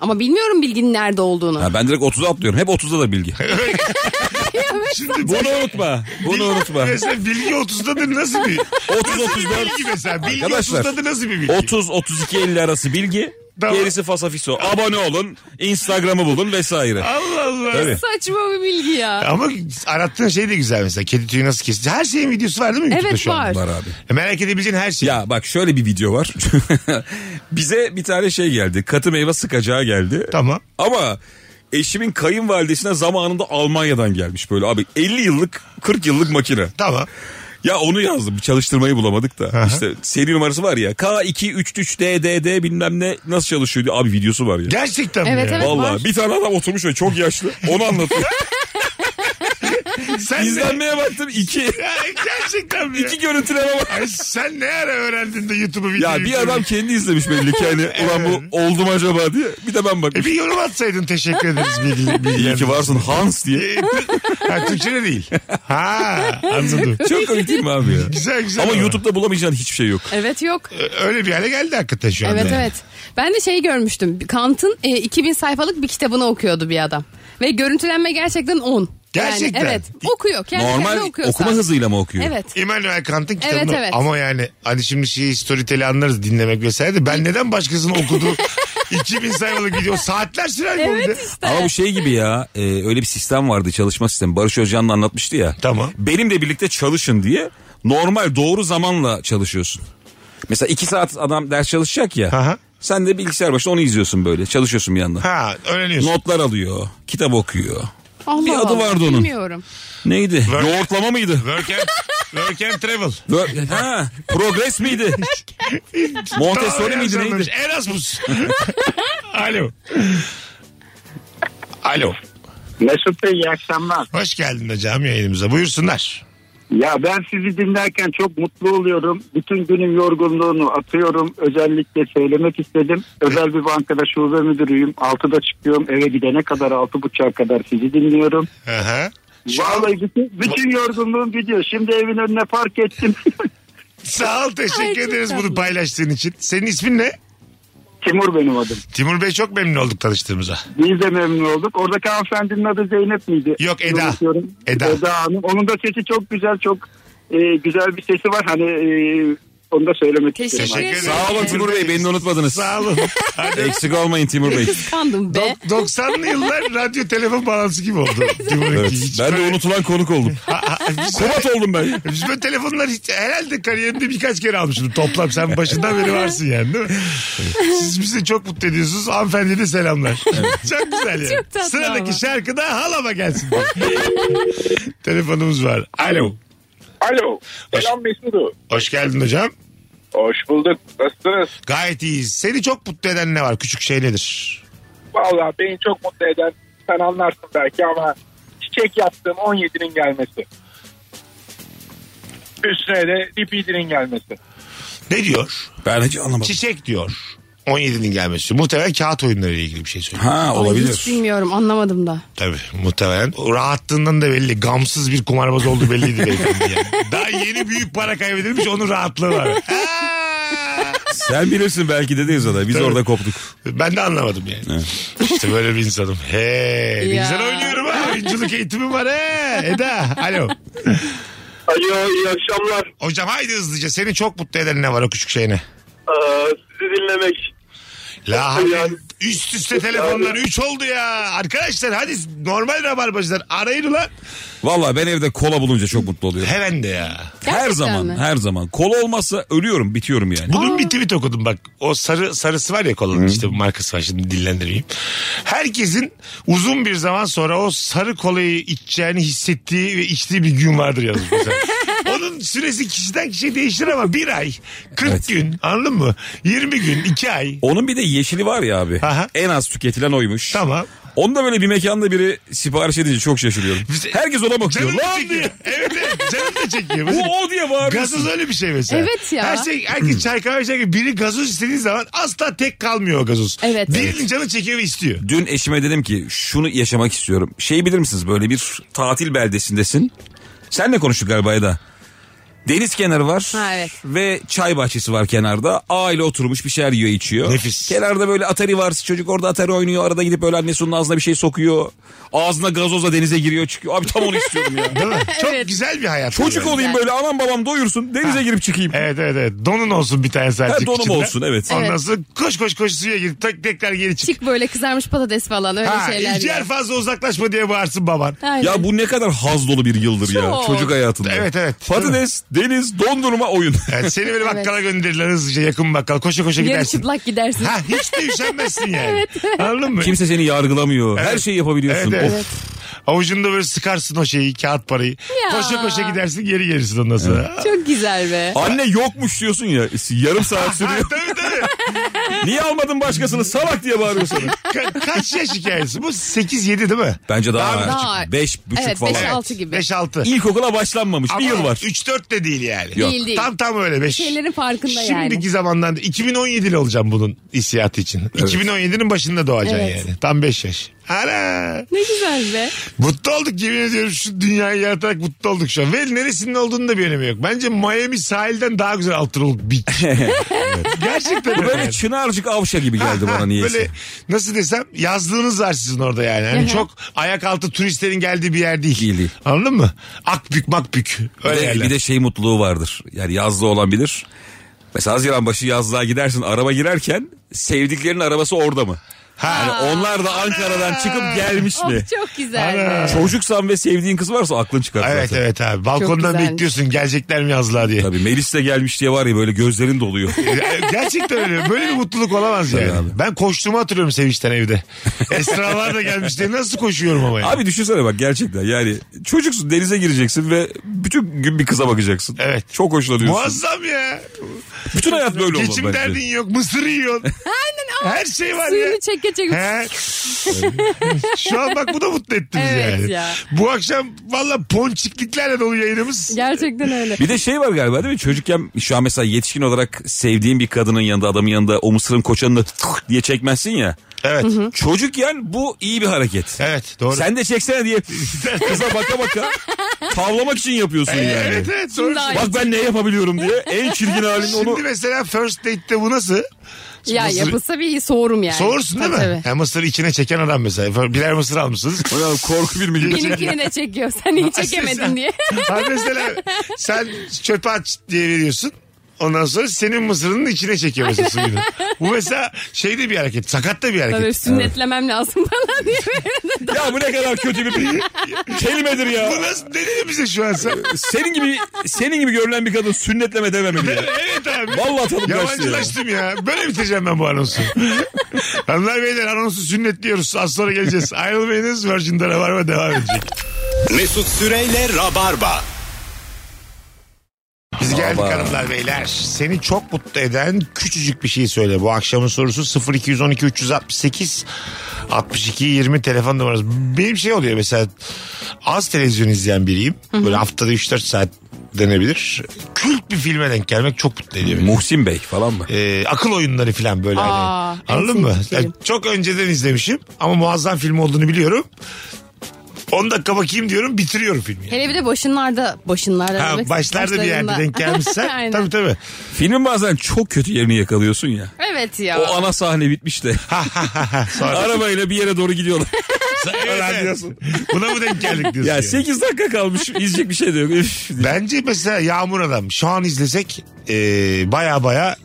Ama bilmiyorum bilginin nerede olduğunu.
Ha, ben direkt 30'a atlıyorum. Hep 30'da da bilgi.
Şimdi
Bunu unutma. Bunu unutma.
Mesela bilgi 30'dadır nasıl bir?
30
Bilgi
34
mesela. Bilgi
Arkadaşlar,
30'dadır nasıl bir bilgi?
30 32 50 arası bilgi.
Tamam.
Gerisi fasafiso. Abone olun, Instagram'ı bulun vesaire.
Allah Allah.
Tabii.
Saçma bir bilgi ya.
Ama arattığın şey de güzel mesela. Kedi tüyü nasıl kesilir? Her şeyin videosu var değil mi YouTube'da
Evet,
şu an?
var.
Var abi.
E, Merak edebileceğin her şey.
Ya bak şöyle bir video var. Bize bir tane şey geldi. Katı meyve sıkacağı geldi.
Tamam.
Ama eşimin kayınvalidesine zamanında Almanya'dan gelmiş böyle abi 50 yıllık 40 yıllık makine.
Tamam.
Ya onu yazdım. Bir çalıştırmayı bulamadık da.
hı.
İşte seri numarası var ya. K233DDD bilmem ne nasıl çalışıyor diye. Abi videosu var ya.
Gerçekten
Evet,
mi? ya?
evet.
Vallahi
var.
bir tane adam oturmuş ve çok yaşlı. Onu anlatıyor.
Sen ne?
İzlenmeye baktım iki.
Ya, gerçekten mi? ya?
iki görüntüleme bak.
Ay, sen ne ara öğrendin de YouTube'u videoyu?
Ya bir adam kendi izlemiş belli ki hani ulan bu oldum acaba diye. Bir de ben
E
bakmış.
bir yorum atsaydın teşekkür ederiz bilgi,
İyi ki varsın Hans diye.
E, ha, Türkçe de değil. Ha anladım.
Çok komik değil mi abi ya?
Güzel güzel.
Ama YouTube'da bulamayacağın hiçbir şey yok.
Evet yok.
Öyle bir hale geldi hakikaten şu anda.
Evet
yani.
evet. Ben de şeyi görmüştüm. Kant'ın e, 2000 sayfalık bir kitabını okuyordu bir adam. Ve görüntülenme gerçekten 10.
Gerçekten.
Yani, evet. Okuyor. Kendi
Normal
kendine okuyor
okuma
sadece.
hızıyla mı okuyor?
Evet.
Immanuel Kant'ın kitabını
Evet, evet.
ama yani hani şimdi şey storyteli anlarız dinlemek vesaire de ben neden başkasının okuduğu 2000 sayfalık video saatler sürer mi?
Evet
oyunda?
işte.
Ama bu şey gibi ya e, öyle bir sistem vardı çalışma sistemi. Barış Özcan'ın anlatmıştı ya.
Tamam.
Benimle birlikte çalışın diye normal doğru zamanla çalışıyorsun. Mesela iki saat adam ders çalışacak ya.
Aha.
Sen de bilgisayar başında onu izliyorsun böyle. Çalışıyorsun bir yandan.
Ha öğreniyorsun.
Notlar alıyor. Kitap okuyor.
Allah
Bir adı
Allah,
vardı onun.
Bilmiyorum.
Neydi? Yoğurtlama mıydı?
Work and, work and travel.
Bö- ha, progress miydi? Montessori
Tamam, yanlış
miydi
anlamış.
neydi?
Erasmus. Alo. Alo.
Mesut Bey iyi akşamlar.
Hoş geldin hocam yayınımıza. Buyursunlar.
Ya ben sizi dinlerken çok mutlu oluyorum. Bütün günün yorgunluğunu atıyorum. Özellikle söylemek istedim. Özel bir bankada şube müdürüyüm. 6'da çıkıyorum. Eve gidene kadar 6.30'a kadar sizi dinliyorum.
Aha. Şu an-
Vallahi bütün, bütün yorgunluğum gidiyor. Şimdi evin önüne park ettim.
Sağ ol teşekkür
Ay, çok
ederiz bunu
tatlı.
paylaştığın için. Senin ismin ne?
Timur benim adım.
Timur Bey çok memnun olduk tanıştığımıza.
Biz de memnun olduk. Oradaki hanımefendinin adı Zeynep miydi?
Yok, Eda.
Unutuyorum.
Eda.
Eda. Hanım. Onun da sesi çok güzel çok e, güzel bir sesi var. Hani e, onu da söylemek
Teşekkür
istiyorum.
ederim.
Sağ olun Timur Bey beni de unutmadınız.
Sağ olun. Hadi.
Eksik olmayın Timur Bey.
Kıskandım be.
Do- 90'lı yıllar radyo telefon bağlantısı gibi oldu. Timur'unki.
Evet,
Hiç
ben de
böyle-
unutulan konuk oldum.
Ha, şey- ha, biz-
Kubat oldum ben.
Biz böyle telefonlar hiç, herhalde kariyerimde birkaç kere almışım. Toplam sen başından beri varsın yani değil mi? Siz bizi çok mutlu ediyorsunuz. Hanımefendiye de selamlar. Çok güzel yani.
Çok tatlı
Sıradaki
ama.
şarkı da halama gelsin. Telefonumuz var. Alo.
Alo. Selam Mesut'u.
Hoş geldin hocam.
Hoş bulduk. Nasılsınız?
Gayet iyiyiz. Seni çok mutlu eden ne var? Küçük şey nedir?
Valla beni çok mutlu eden sen anlarsın belki ama çiçek yaptığım 17'nin gelmesi. Üstüne de Lipidi'nin gelmesi.
Ne diyor?
Ben hiç anlamadım.
Çiçek diyor. 17'nin gelmesi. Muhtemelen kağıt oyunları ile ilgili bir şey söylüyor.
Ha
Ay,
olabilir.
Hiç bilmiyorum anlamadım da.
Tabii muhtemelen. O rahatlığından da belli. Gamsız bir kumarbaz oldu belliydi beyefendi yani. Daha yeni büyük para kaybedilmiş onun rahatlığı var. Ha!
Sen bilirsin belki de değil zaten. Biz
Tabii.
orada koptuk.
ben de anlamadım yani. İşte böyle bir insanım. He, ne
Ya.
güzel oynuyorum ha. Oyunculuk eğitimim var he. Eda, alo.
Alo iyi akşamlar.
Hocam haydi hızlıca. Seni çok mutlu eden ne var o küçük şeyine?
sizi Ee, dinlemek.
La
Yani-
hani üst üste telefonlar 3 oldu ya. Arkadaşlar hadi normal rabarbacılar arayın ulan.
Valla ben evde kola bulunca çok mutlu oluyorum.
Hemen de ya.
her
Gerçekten
zaman
mi?
her zaman. Kola olmazsa ölüyorum bitiyorum yani.
Bunun bir tweet okudum bak. O sarı sarısı var ya kolanın işte bu markası var şimdi dillendireyim. Herkesin uzun bir zaman sonra o sarı kolayı içeceğini hissettiği ve içtiği bir gün vardır yazmış. mesela. Onun süresi kişiden kişiye değişir ama bir ay, 40
Evet.
gün anladın mı? 20 gün, 2 ay.
Onun bir de yeşili var ya abi.
Aha.
En az tüketilen oymuş.
Tamam.
Onu da böyle bir mekanda biri sipariş edince çok şaşırıyorum.
Bize-
Herkes ona bakıyor.
Canım da
Lan
çekiyor.
diye.
Evet evet canım da çekiyor.
Bu
Mesela-
o diye bağırıyorsun.
Gazoz öyle bir şey mesela.
Evet ya.
Her şey, herkes çay kahve içer gibi biri gazoz istediği zaman asla tek kalmıyor o gazoz.
Evet.
Birinin canı çekiyor ve istiyor.
Dün eşime dedim ki şunu yaşamak istiyorum. Şey bilir misiniz böyle bir tatil beldesindesin. Senle konuştuk galiba Eda. Deniz kenarı var
Ha, evet.
ve çay bahçesi var kenarda. Aile oturmuş bir şeyler yiyor içiyor.
Nefis.
Kenarda böyle atari var çocuk orada atari oynuyor. Arada gidip böyle annesi onun ağzına bir şey sokuyor. Ağzına gazozla denize giriyor çıkıyor. Abi tam onu istiyorum ya.
Değil mi? Çok
Evet.
güzel bir hayat.
Çocuk
Yani.
olayım böyle anam babam doyursun denize girip çıkayım.
Evet evet evet. Donun olsun bir tane sadece.
Ha, donum
içinde.
olsun, evet.
Ondan
Evet.
sonra koş koş koş suya gir. Tek, tekrar geri çık.
Çık böyle kızarmış patates falan öyle
ha,
şeyler.
iki
ya.
yer fazla uzaklaşma diye bağırsın baban.
Aynen.
Ya bu ne kadar haz dolu bir yıldır ya
Çok.
çocuk hayatında.
Evet, evet.
Patates, deniz, dondurma, oyun.
Yani seni böyle
Evet.
bakkala gönderirler hızlıca yakın bakkal. Koşa koşa
Yarı
gidersin.
çıplak gidersin.
Ha hiç de üşenmezsin yani. Anladın mı?
Kimse seni yargılamıyor. Her şeyi yapabiliyorsun.
Evet, evet.
Of.
Avucunda böyle sıkarsın o şeyi kağıt parayı.
Ya.
Koşa koşa gidersin geri gelirsin ondan sonra.
Çok güzel be.
Anne yokmuş diyorsun ya. Yarım saat
Ha,
sürüyor.
tabii tabii.
Niye almadın başkasını salak diye bağırıyorsun.
Ka- kaç yaş hikayesi? Bu 8-7 değil mi?
Bence daha,
Daha-
küçük. Beş buçuk
Evet,
falan.
beş, Altı gibi.
5-6.
İlkokula başlanmamış. bir yıl var.
3-4 de değil yani.
Yok.
Değil değil.
Tam tam öyle 5.
Şeylerin farkında
Şimdiki
yani.
zamandan 2017'li olacağım bunun hissiyatı için. 2017'nin başında doğacaksın
Evet.
yani. Tam 5 yaş. Ana!
Ne güzel be.
Mutlu olduk yemin ediyorum şu dünyayı yaratarak mutlu olduk şu an. Ve neresinin olduğunun da bir önemi yok. Bence Miami sahilden daha güzel altırılık bir. Gerçekten
Bu
öyle
böyle
yani.
çınarcık avşa gibi geldi
Ha,
bana
ha,
niyeyse.
Böyle nasıl desem yazlığınız var sizin orada yani. Hani çok ayak altı turistlerin geldiği bir yer değil.
Değil, değil.
Anladın mı? Akbük makbük. Öyle
bir, de,
yerler.
bir de şey mutluluğu vardır. Yani yazlı olan bilir. Mesela Haziran başı yazlığa gidersin araba girerken sevdiklerinin arabası orada mı?
Ha.
Yani onlar da Ankara'dan çıkıp gelmiş mi?
Of çok güzel be.
Çocuksan ve sevdiğin kız varsa aklın çıkar
Evet
zaten.
evet abi. Balkondan
güzelmiş.
bekliyorsun gelecekler mi yazlığa diye.
Tabii Melis de gelmiş diye var ya böyle gözlerin doluyor.
E, Gerçekten öyle. Böyle bir mutluluk olamaz yani.
abi.
Ben koştuğumu hatırlıyorum sevinçten evde. Esralar da gelmiş diye nasıl koşuyorum ama yani.
Abi düşünsene bak gerçekten yani çocuksun denize gireceksin ve bütün gün bir kıza bakacaksın.
Evet.
Çok hoşlanıyorsun.
Muazzam ya.
bütün hayat böyle olmalı
Geçim
bence.
derdin yok. Mısır yiyorsun. Her şey var ya.
Suyunu çeke çeke.
He. Şu an bak bu da mutlu etti bizi
Evet
yani.
ya.
Bu akşam valla ponçikliklerle dolu yayınımız.
Gerçekten öyle.
Bir de şey var galiba değil mi? Çocukken şu an mesela yetişkin olarak sevdiğin bir kadının yanında adamın yanında o mısırın koçanını diye çekmezsin ya.
Evet.
Çocukken bu iyi bir hareket.
Evet doğru.
Sen de çeksene diye kıza baka baka tavlamak için yapıyorsun yani.
Evet evet doğru.
daha-
Bak ben ne yapabiliyorum diye en çirgin halini
Şimdi
onu
mesela first date'te bu nasıl?
Ya
Mısır-
yapılsa bir soğurum yani.
Soğursun değil mi?
Tabii,
Ya mısır içine çeken adam mesela. Birer mısır almışsınız.
Ulan korku bir
tabii.
milyon.
Benimkini de çekiyor. Sen iyi çekemedin diye.
Ha mesela sen çöpe aç diye veriyorsun. Ondan sonra senin mısırının içine çekiyor mesela suyunu. Bu mesela şey de bir hareket. Sakat da bir
Tabii
hareket.
sünnetlemem lazım falan diye.
Ya bu ne kadar kötü bir kelimedir ya.
Bu nasıl ne dedin bize şu an sen?
Senin gibi senin gibi görülen bir kadın sünnetleme dememeli ya.
evet abi.
Vallahi tadım kaçtı ya.
Yabancılaştım ya. Böyle bitireceğim ben bu anonsu. Hanımlar beyler anonsu sünnetliyoruz. Az sonra geleceğiz. Ayrılmayınız. Virgin'de Rabarba devam edecek.
Mesut Süreyle Rabarba.
Biz geldik
Baba.
hanımlar beyler. Seni çok mutlu eden küçücük bir şey söyle. Bu akşamın sorusu 0212 368 62 20 telefon numarası. Benim şey oluyor mesela az televizyon izleyen biriyim. Böyle haftada 3-4 saat denebilir. Kült bir filme denk gelmek çok mutlu ediyor beni.
Muhsin Bey falan mı?
Ee, akıl oyunları falan böyle
Aa,
hani.
en
Anladın mı?
sevdiğim
Yani
film.
çok önceden izlemişim ama muazzam film olduğunu biliyorum. 10 dakika bakayım diyorum bitiriyorum filmi.
Hele bir de başınlarda. Başınlarda.
Ha,
demek-
başlarda bir yerde
başlarında.
denk gelmişsen.
Aynen.
tabii tabii.
Filmin bazen çok kötü yerini yakalıyorsun ya.
Evet ya.
O ana sahne bitmiş de.
Sonra
Arabayla bir yere doğru gidiyorlar.
evet, evet.
diyorsun.
Buna mı denk geldik diyorsun.
ya
yani.
8 dakika kalmış. izleyecek bir şey de yok. Üf.
Bence mesela Yağmur Adam şu an izlesek e, baya baya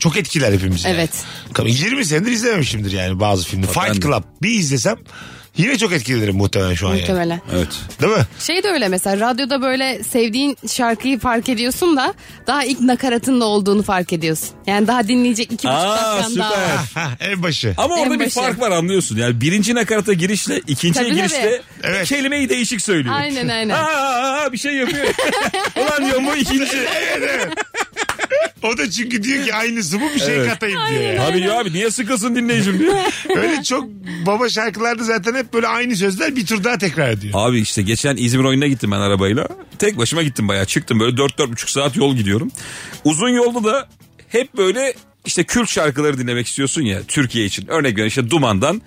çok etkiler hepimizi. yani.
Evet.
Tabii 20 senedir izlememişimdir yani bazı filmi. Fight
ben de.
Club bir izlesem yine çok etkilenirim muhtemelen şu an yani.
Muhtemelen.
Evet.
Değil mi?
Şey de öyle mesela radyoda böyle sevdiğin şarkıyı fark ediyorsun da daha ilk nakaratın da olduğunu fark ediyorsun. Yani daha dinleyecek iki buçuk
Aa,
dakikan
süper.
daha.
Ha, en başı.
Ama
En
orada bir
başı.
fark var anlıyorsun. Yani birinci nakarata girişle ikinci
Tabii,
girişle
tabii.
bir
Evet.
kelimeyi değişik söylüyor.
Aynen, aynen.
Aa, aa, aa, bir şey yapıyor. Ulan diyorum bu ikinci.
O da çünkü diyor ki aynısı bu bir şey katayım diyor. yani.
Abi ya abi niye sıkılsın dinleyicim diyor.
Öyle çok baba şarkılarda zaten hep böyle aynı sözler bir tur daha tekrar ediyor.
Abi işte geçen İzmir oyununa gittim ben arabayla. Tek başıma gittim bayağı çıktım böyle 4-4,5 saat yol gidiyorum. Uzun yolda da hep böyle işte kült şarkıları dinlemek istiyorsun ya Türkiye için. Örnek veriyorum işte Duman'dan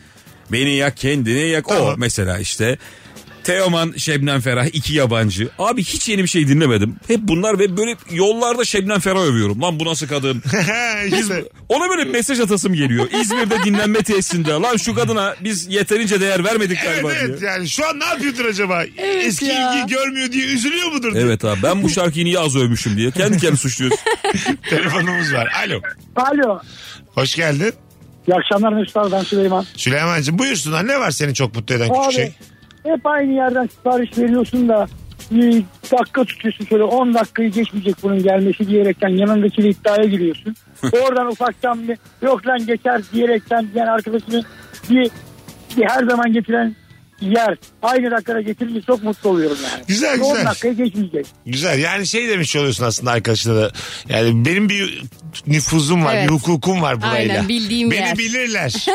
Beni Yak Kendini Yak
Tamam.
o mesela işte. Teoman, Şebnem Ferah, iki yabancı. Abi hiç yeni bir şey dinlemedim. Hep bunlar ve böyle yollarda Şebnem Ferah övüyorum. Lan bu nasıl kadın?
işte,
Ona böyle mesaj atasım geliyor. İzmir'de dinlenme tesisinde. Lan şu kadına biz yeterince değer vermedik
evet
galiba diye.
evet yani şu an ne yapıyordur acaba? Eski
ya.
ilgiyi görmüyor diye üzülüyor mudur? diye.
Evet abi ben bu şarkıyı niye az övmüşüm diye kendi kendini suçluyorsun.
Telefonumuz var. Alo.
Alo.
Hoş geldin.
İyi akşamlar Mesut abi ben Süleyman.
Süleyman'cığım buyursunlar ne var seni çok mutlu eden küçük
Abi
şey?
hep aynı yerden sipariş veriyorsun da bir dakika tutuyorsun şöyle 10 dakikayı geçmeyecek bunun gelmesi diyerekten yanındakiyle iddiaya giriyorsun. Oradan ufaktan bir yok lan geçer diyerekten yani arkadaşını bir, bir her zaman getiren yer. Aynı dakikada getirince çok mutlu oluyorum yani.
Güzel, güzel.
10 dakikayı geçmeyecek.
Güzel yani şey demiş oluyorsun aslında arkadaşına da yani benim bir nüfuzum var
Evet.
bir hukukum var burayla.
Aynen, bildiğim
Beni
yer.
bilirler.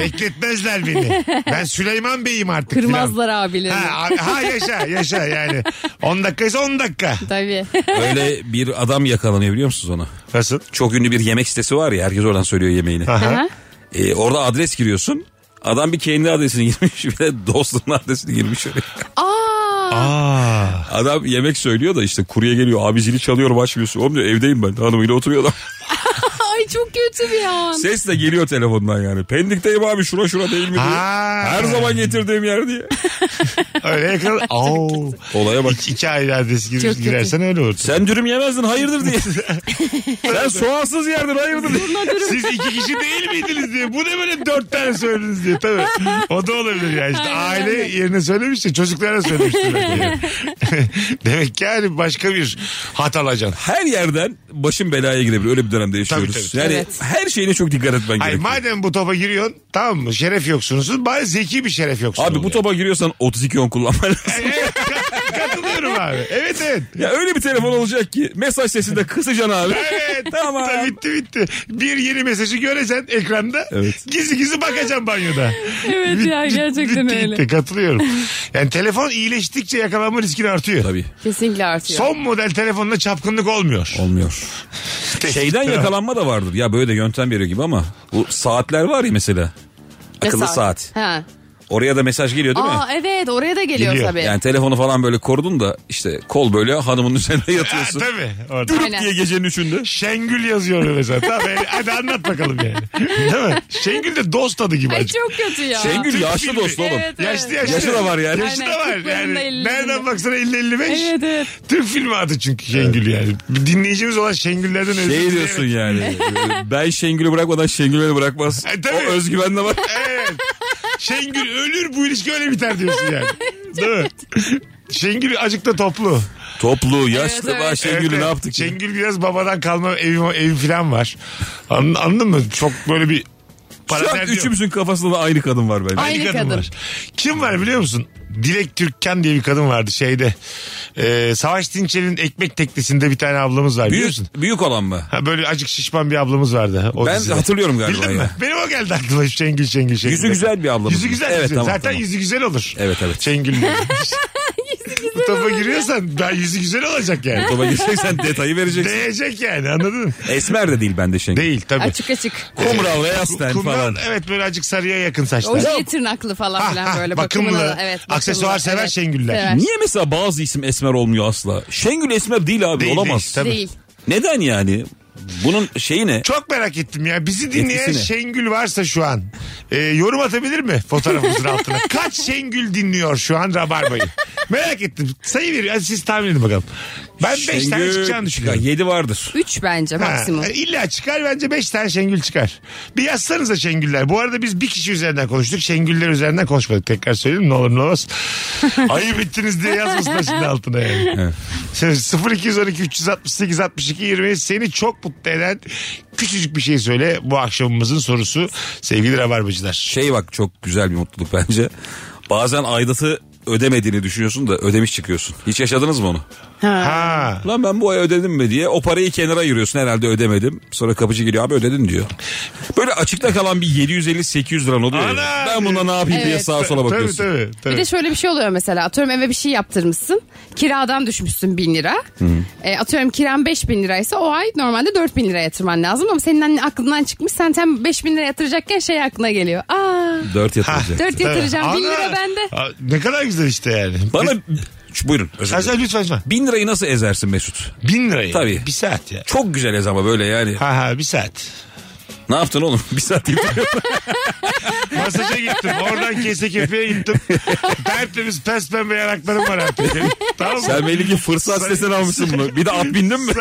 Bekletmezler beni. Ben Süleyman Bey'im artık. filan.
Kırmazlar abilerini.
Ha, abi- ha yaşa yaşa yani. 10 dakikaysa 10 dakika.
Tabii.
Öyle bir adam yakalanıyor biliyor musunuz ona?
Nasıl?
Çok ünlü bir yemek sitesi var ya herkes oradan söylüyor yemeğini.
Aha.
Ee, orada adres giriyorsun. Adam bir kendi adresini girmiş bir de dostunun adresini girmiş. oraya.
Aa,
Aa.
Adam yemek söylüyor da işte kurye geliyor abi zili çalıyorum açmıyorsun. Oğlum diyor evdeyim ben hanımıyla oturuyor adam.
Ah.
ay çok kötü bir an.
Ses de geliyor telefondan yani. Pendikteyim abi şura şura değil mi diye.
Ha.
Her zaman getirdiğim yer diye.
Öyle ekran. Au.
Olaya bak.
İki ayrı adres gir-
Çok kötü.
girersen öyle olur.
Sen dürüm yemezdin hayırdır diye. Sen soğansız yerdin hayırdır diye.
Siz iki kişi değil miydiniz diye. Bu ne böyle dört tane söylediniz diye. Tabii. O da olabilir yani. İşte
Aynen,
aile
aynen.
yerine söylemişti. Çocuklara söylemişti. belki. Demek ki yani başka bir hat alacaksın.
her yerden başın belaya girebilir. Öyle bir dönemde yaşıyoruz.
Tabii, tabii.
Yani
Evet.
her şeyine çok dikkat etmen
Hayır
gerekiyor.
madem bu topa giriyorsun tamam mı? Şeref yoksunuzsun. Bari zeki bir şeref yoksun.
Abi bu topa giriyorsan 32 on kullanman lazım.
Evet, kat- katılıyorum abi. Evet evet.
ya öyle bir telefon olacak ki mesaj sesinde kısacan abi.
Evet.
Tamam.
Ta- bitti bitti. Bir yeni mesajı göreceksin ekranda.
Evet.
Gizli gizli bakacaksın banyoda.
Evet ya gerçekten
bitti,
öyle.
Bitti, katılıyorum. Yani telefon iyileştikçe yakalanma riskini artıyor.
Tabii
Kesinlikle artıyor.
Son model telefonla çapkınlık olmuyor.
olmuyor. Şeyden yakalanma da vardır. Ya böyle de yöntem veriyor gibi ama bu saatler var ya mesela.
Ne
Akıllı saat.
Ha.
Oraya da mesaj geliyor değil mi?
Aa evet oraya da geliyor,
Geliyor.
tabii.
Yani telefonu falan böyle korudun da işte kol böyle hanımın üzerine
Ha,
yatıyorsun.
tabii. Orada.
Aynen.
diye gecenin üçünde.
Şengül yazıyor öyle mesela. Tamam, yani hadi anlat bakalım yani. Değil mi? Şengül de dost adı gibi.
Ay
acaba.
çok kötü ya.
Şengül
Türk
yaşlı
filmi.
dost oğlum.
Evet, evet.
Yaşlı yaşlı.
Yaşı da var yani.
Yaşı da
Aynen,
var yani.
kırklarında, ellilerinde.
Nereden baksana 50-55.
Evet, evet.
Türk filmi adı çünkü Şengül yani. Dinleyicimiz olan Şengüllerden özür
Şey
dilerim.
diyorsun yani. e, ben Şengül'ü bırakmadan Şengül beni bırakmaz.
Ay,
o
E, tabii.
özgüven de var.
Evet. Şengül ölür bu ilişki öyle biter diyorsun yani. Değil mi? Şengül acık da toplu.
Toplu, yaşlı
Evet,
evet,
evet.
Şengül'ü
Evet,
ne
evet.
yaptık? ya?
Şengül biraz babadan kalma evim, evim falan var. An- anladın mı? Çok böyle bir para
Şu an
derdi yok.
üçümüzün kafasında da aynı kadın var bence.
Aynı kadın.
var. Kim var biliyor musun? Dilek Türkkan diye bir kadın vardı şeyde. Ee, Savaş Dinçer'in ekmek teknesinde bir tane ablamız var biliyor musun?
Büyük, büyük olan mı?
Ha, böyle acık şişman bir ablamız vardı. O
Ben
dizide.
hatırlıyorum galiba
Bildin
ya.
mi? Benim o geldi aklıma. Şengül Şengül Şengül.
Yüzü güzel bir ablamız.
Yüzü güzel.
Evet,
yüzü.
tamam,
Zaten
tamam.
yüzü güzel olur.
Evet, evet.
Şengül. Bu topa giriyorsan ben yüzü güzel olacak yani.
Topa gireceksen detayı vereceksin.
Değecek yani anladın mı?
Esmer de değil bende Şengül.
Değil tabii.
Açık açık.
Kumral ve Yasten
Kumral,
falan.
Evet böyle acık sarıya yakın saçlar.
Oje tırnaklı falan
Ha,
filan
ha,
böyle
bakımlı.
bakımlı. Evet,
Aksesuar sever Şengüller.
Sever.
Niye mesela bazı isim esmer olmuyor asla? Şengül esmer değil abi
Değil, değil,
olamaz.
tabii.
Değil.
Neden yani? Bunun şeyi ne?
Çok merak ettim ya. Bizi dinleyen
Etkisi ne?
Şengül varsa şu an e, yorum atabilir mi fotoğrafımızın altına? Kaç Şengül dinliyor şu an Rabarba'yı? merak ettim. Sayı veriyor. Hadi siz tahmin edin bakalım. Ben 5 tane çıkacağını düşünüyorum.
7 vardır.
3 bence
Ha,
maksimum.
İlla çıkar bence 5 tane Şengül çıkar. Bir yazsanıza Şengüller. Bu arada biz bir kişi üzerinden konuştuk. Şengüller üzerinden konuşmadık. Tekrar söyleyeyim ne olur ne olmaz. Ayıp ettiniz diye yazmasınlar şimdi altına yani. Şey, 0212 368 62 20 seni çok mutlu eden küçücük bir şey söyle. Bu akşamımızın sorusu sevgili Rabarbacılar.
Şey bak çok güzel bir mutluluk bence. Bazen aidatı ödemediğini düşünüyorsun da ödemiş çıkıyorsun. Hiç yaşadınız mı onu?
Ha.
Lan ben bu ay ödedim mi diye o parayı kenara ayırıyorsun herhalde ödemedim. Sonra kapıcı geliyor abi ödedin diyor. Böyle açıkta kalan bir 750-800 liran oluyor. ya.
Ana!
Ben buna ne yapayım diye
Evet.
sağa sola
Tabii
bakıyorsun.
tabii. tabii.
Bir de şöyle bir şey oluyor mesela atıyorum eve bir şey yaptırmışsın kiradan düşmüşsün bin lira E, atıyorum kiran 5000 liraysa o ay normalde 4000 lira yatırman lazım ama senin annen aklından çıkmış sen tam 5000 lira yatıracakken şey aklına geliyor. Aa
Dört yatıracak.
4 yatıracağım 1000
Ana!
lira bende.
Aa, Ne kadar güzel işte yani.
Bana Şu, buyurun özür
Sen
dilerim.
sen lütfen lütfen.
Bin lirayı nasıl ezersin Mesut?
Bin lirayı.
Tabii.
Bir saat ya.
Çok güzel ez ama böyle yani.
Ha ha bir saat.
Ne yaptın oğlum? Bir saat yatırıyor.
Masaja gittim. Oradan kese kefiye gittim. Tertemiz pes pembe yanaklarım var artık. Tamam mı?
Sen belli ki fırsat sitesinden almışsın bunu. Bir de at bindin mi?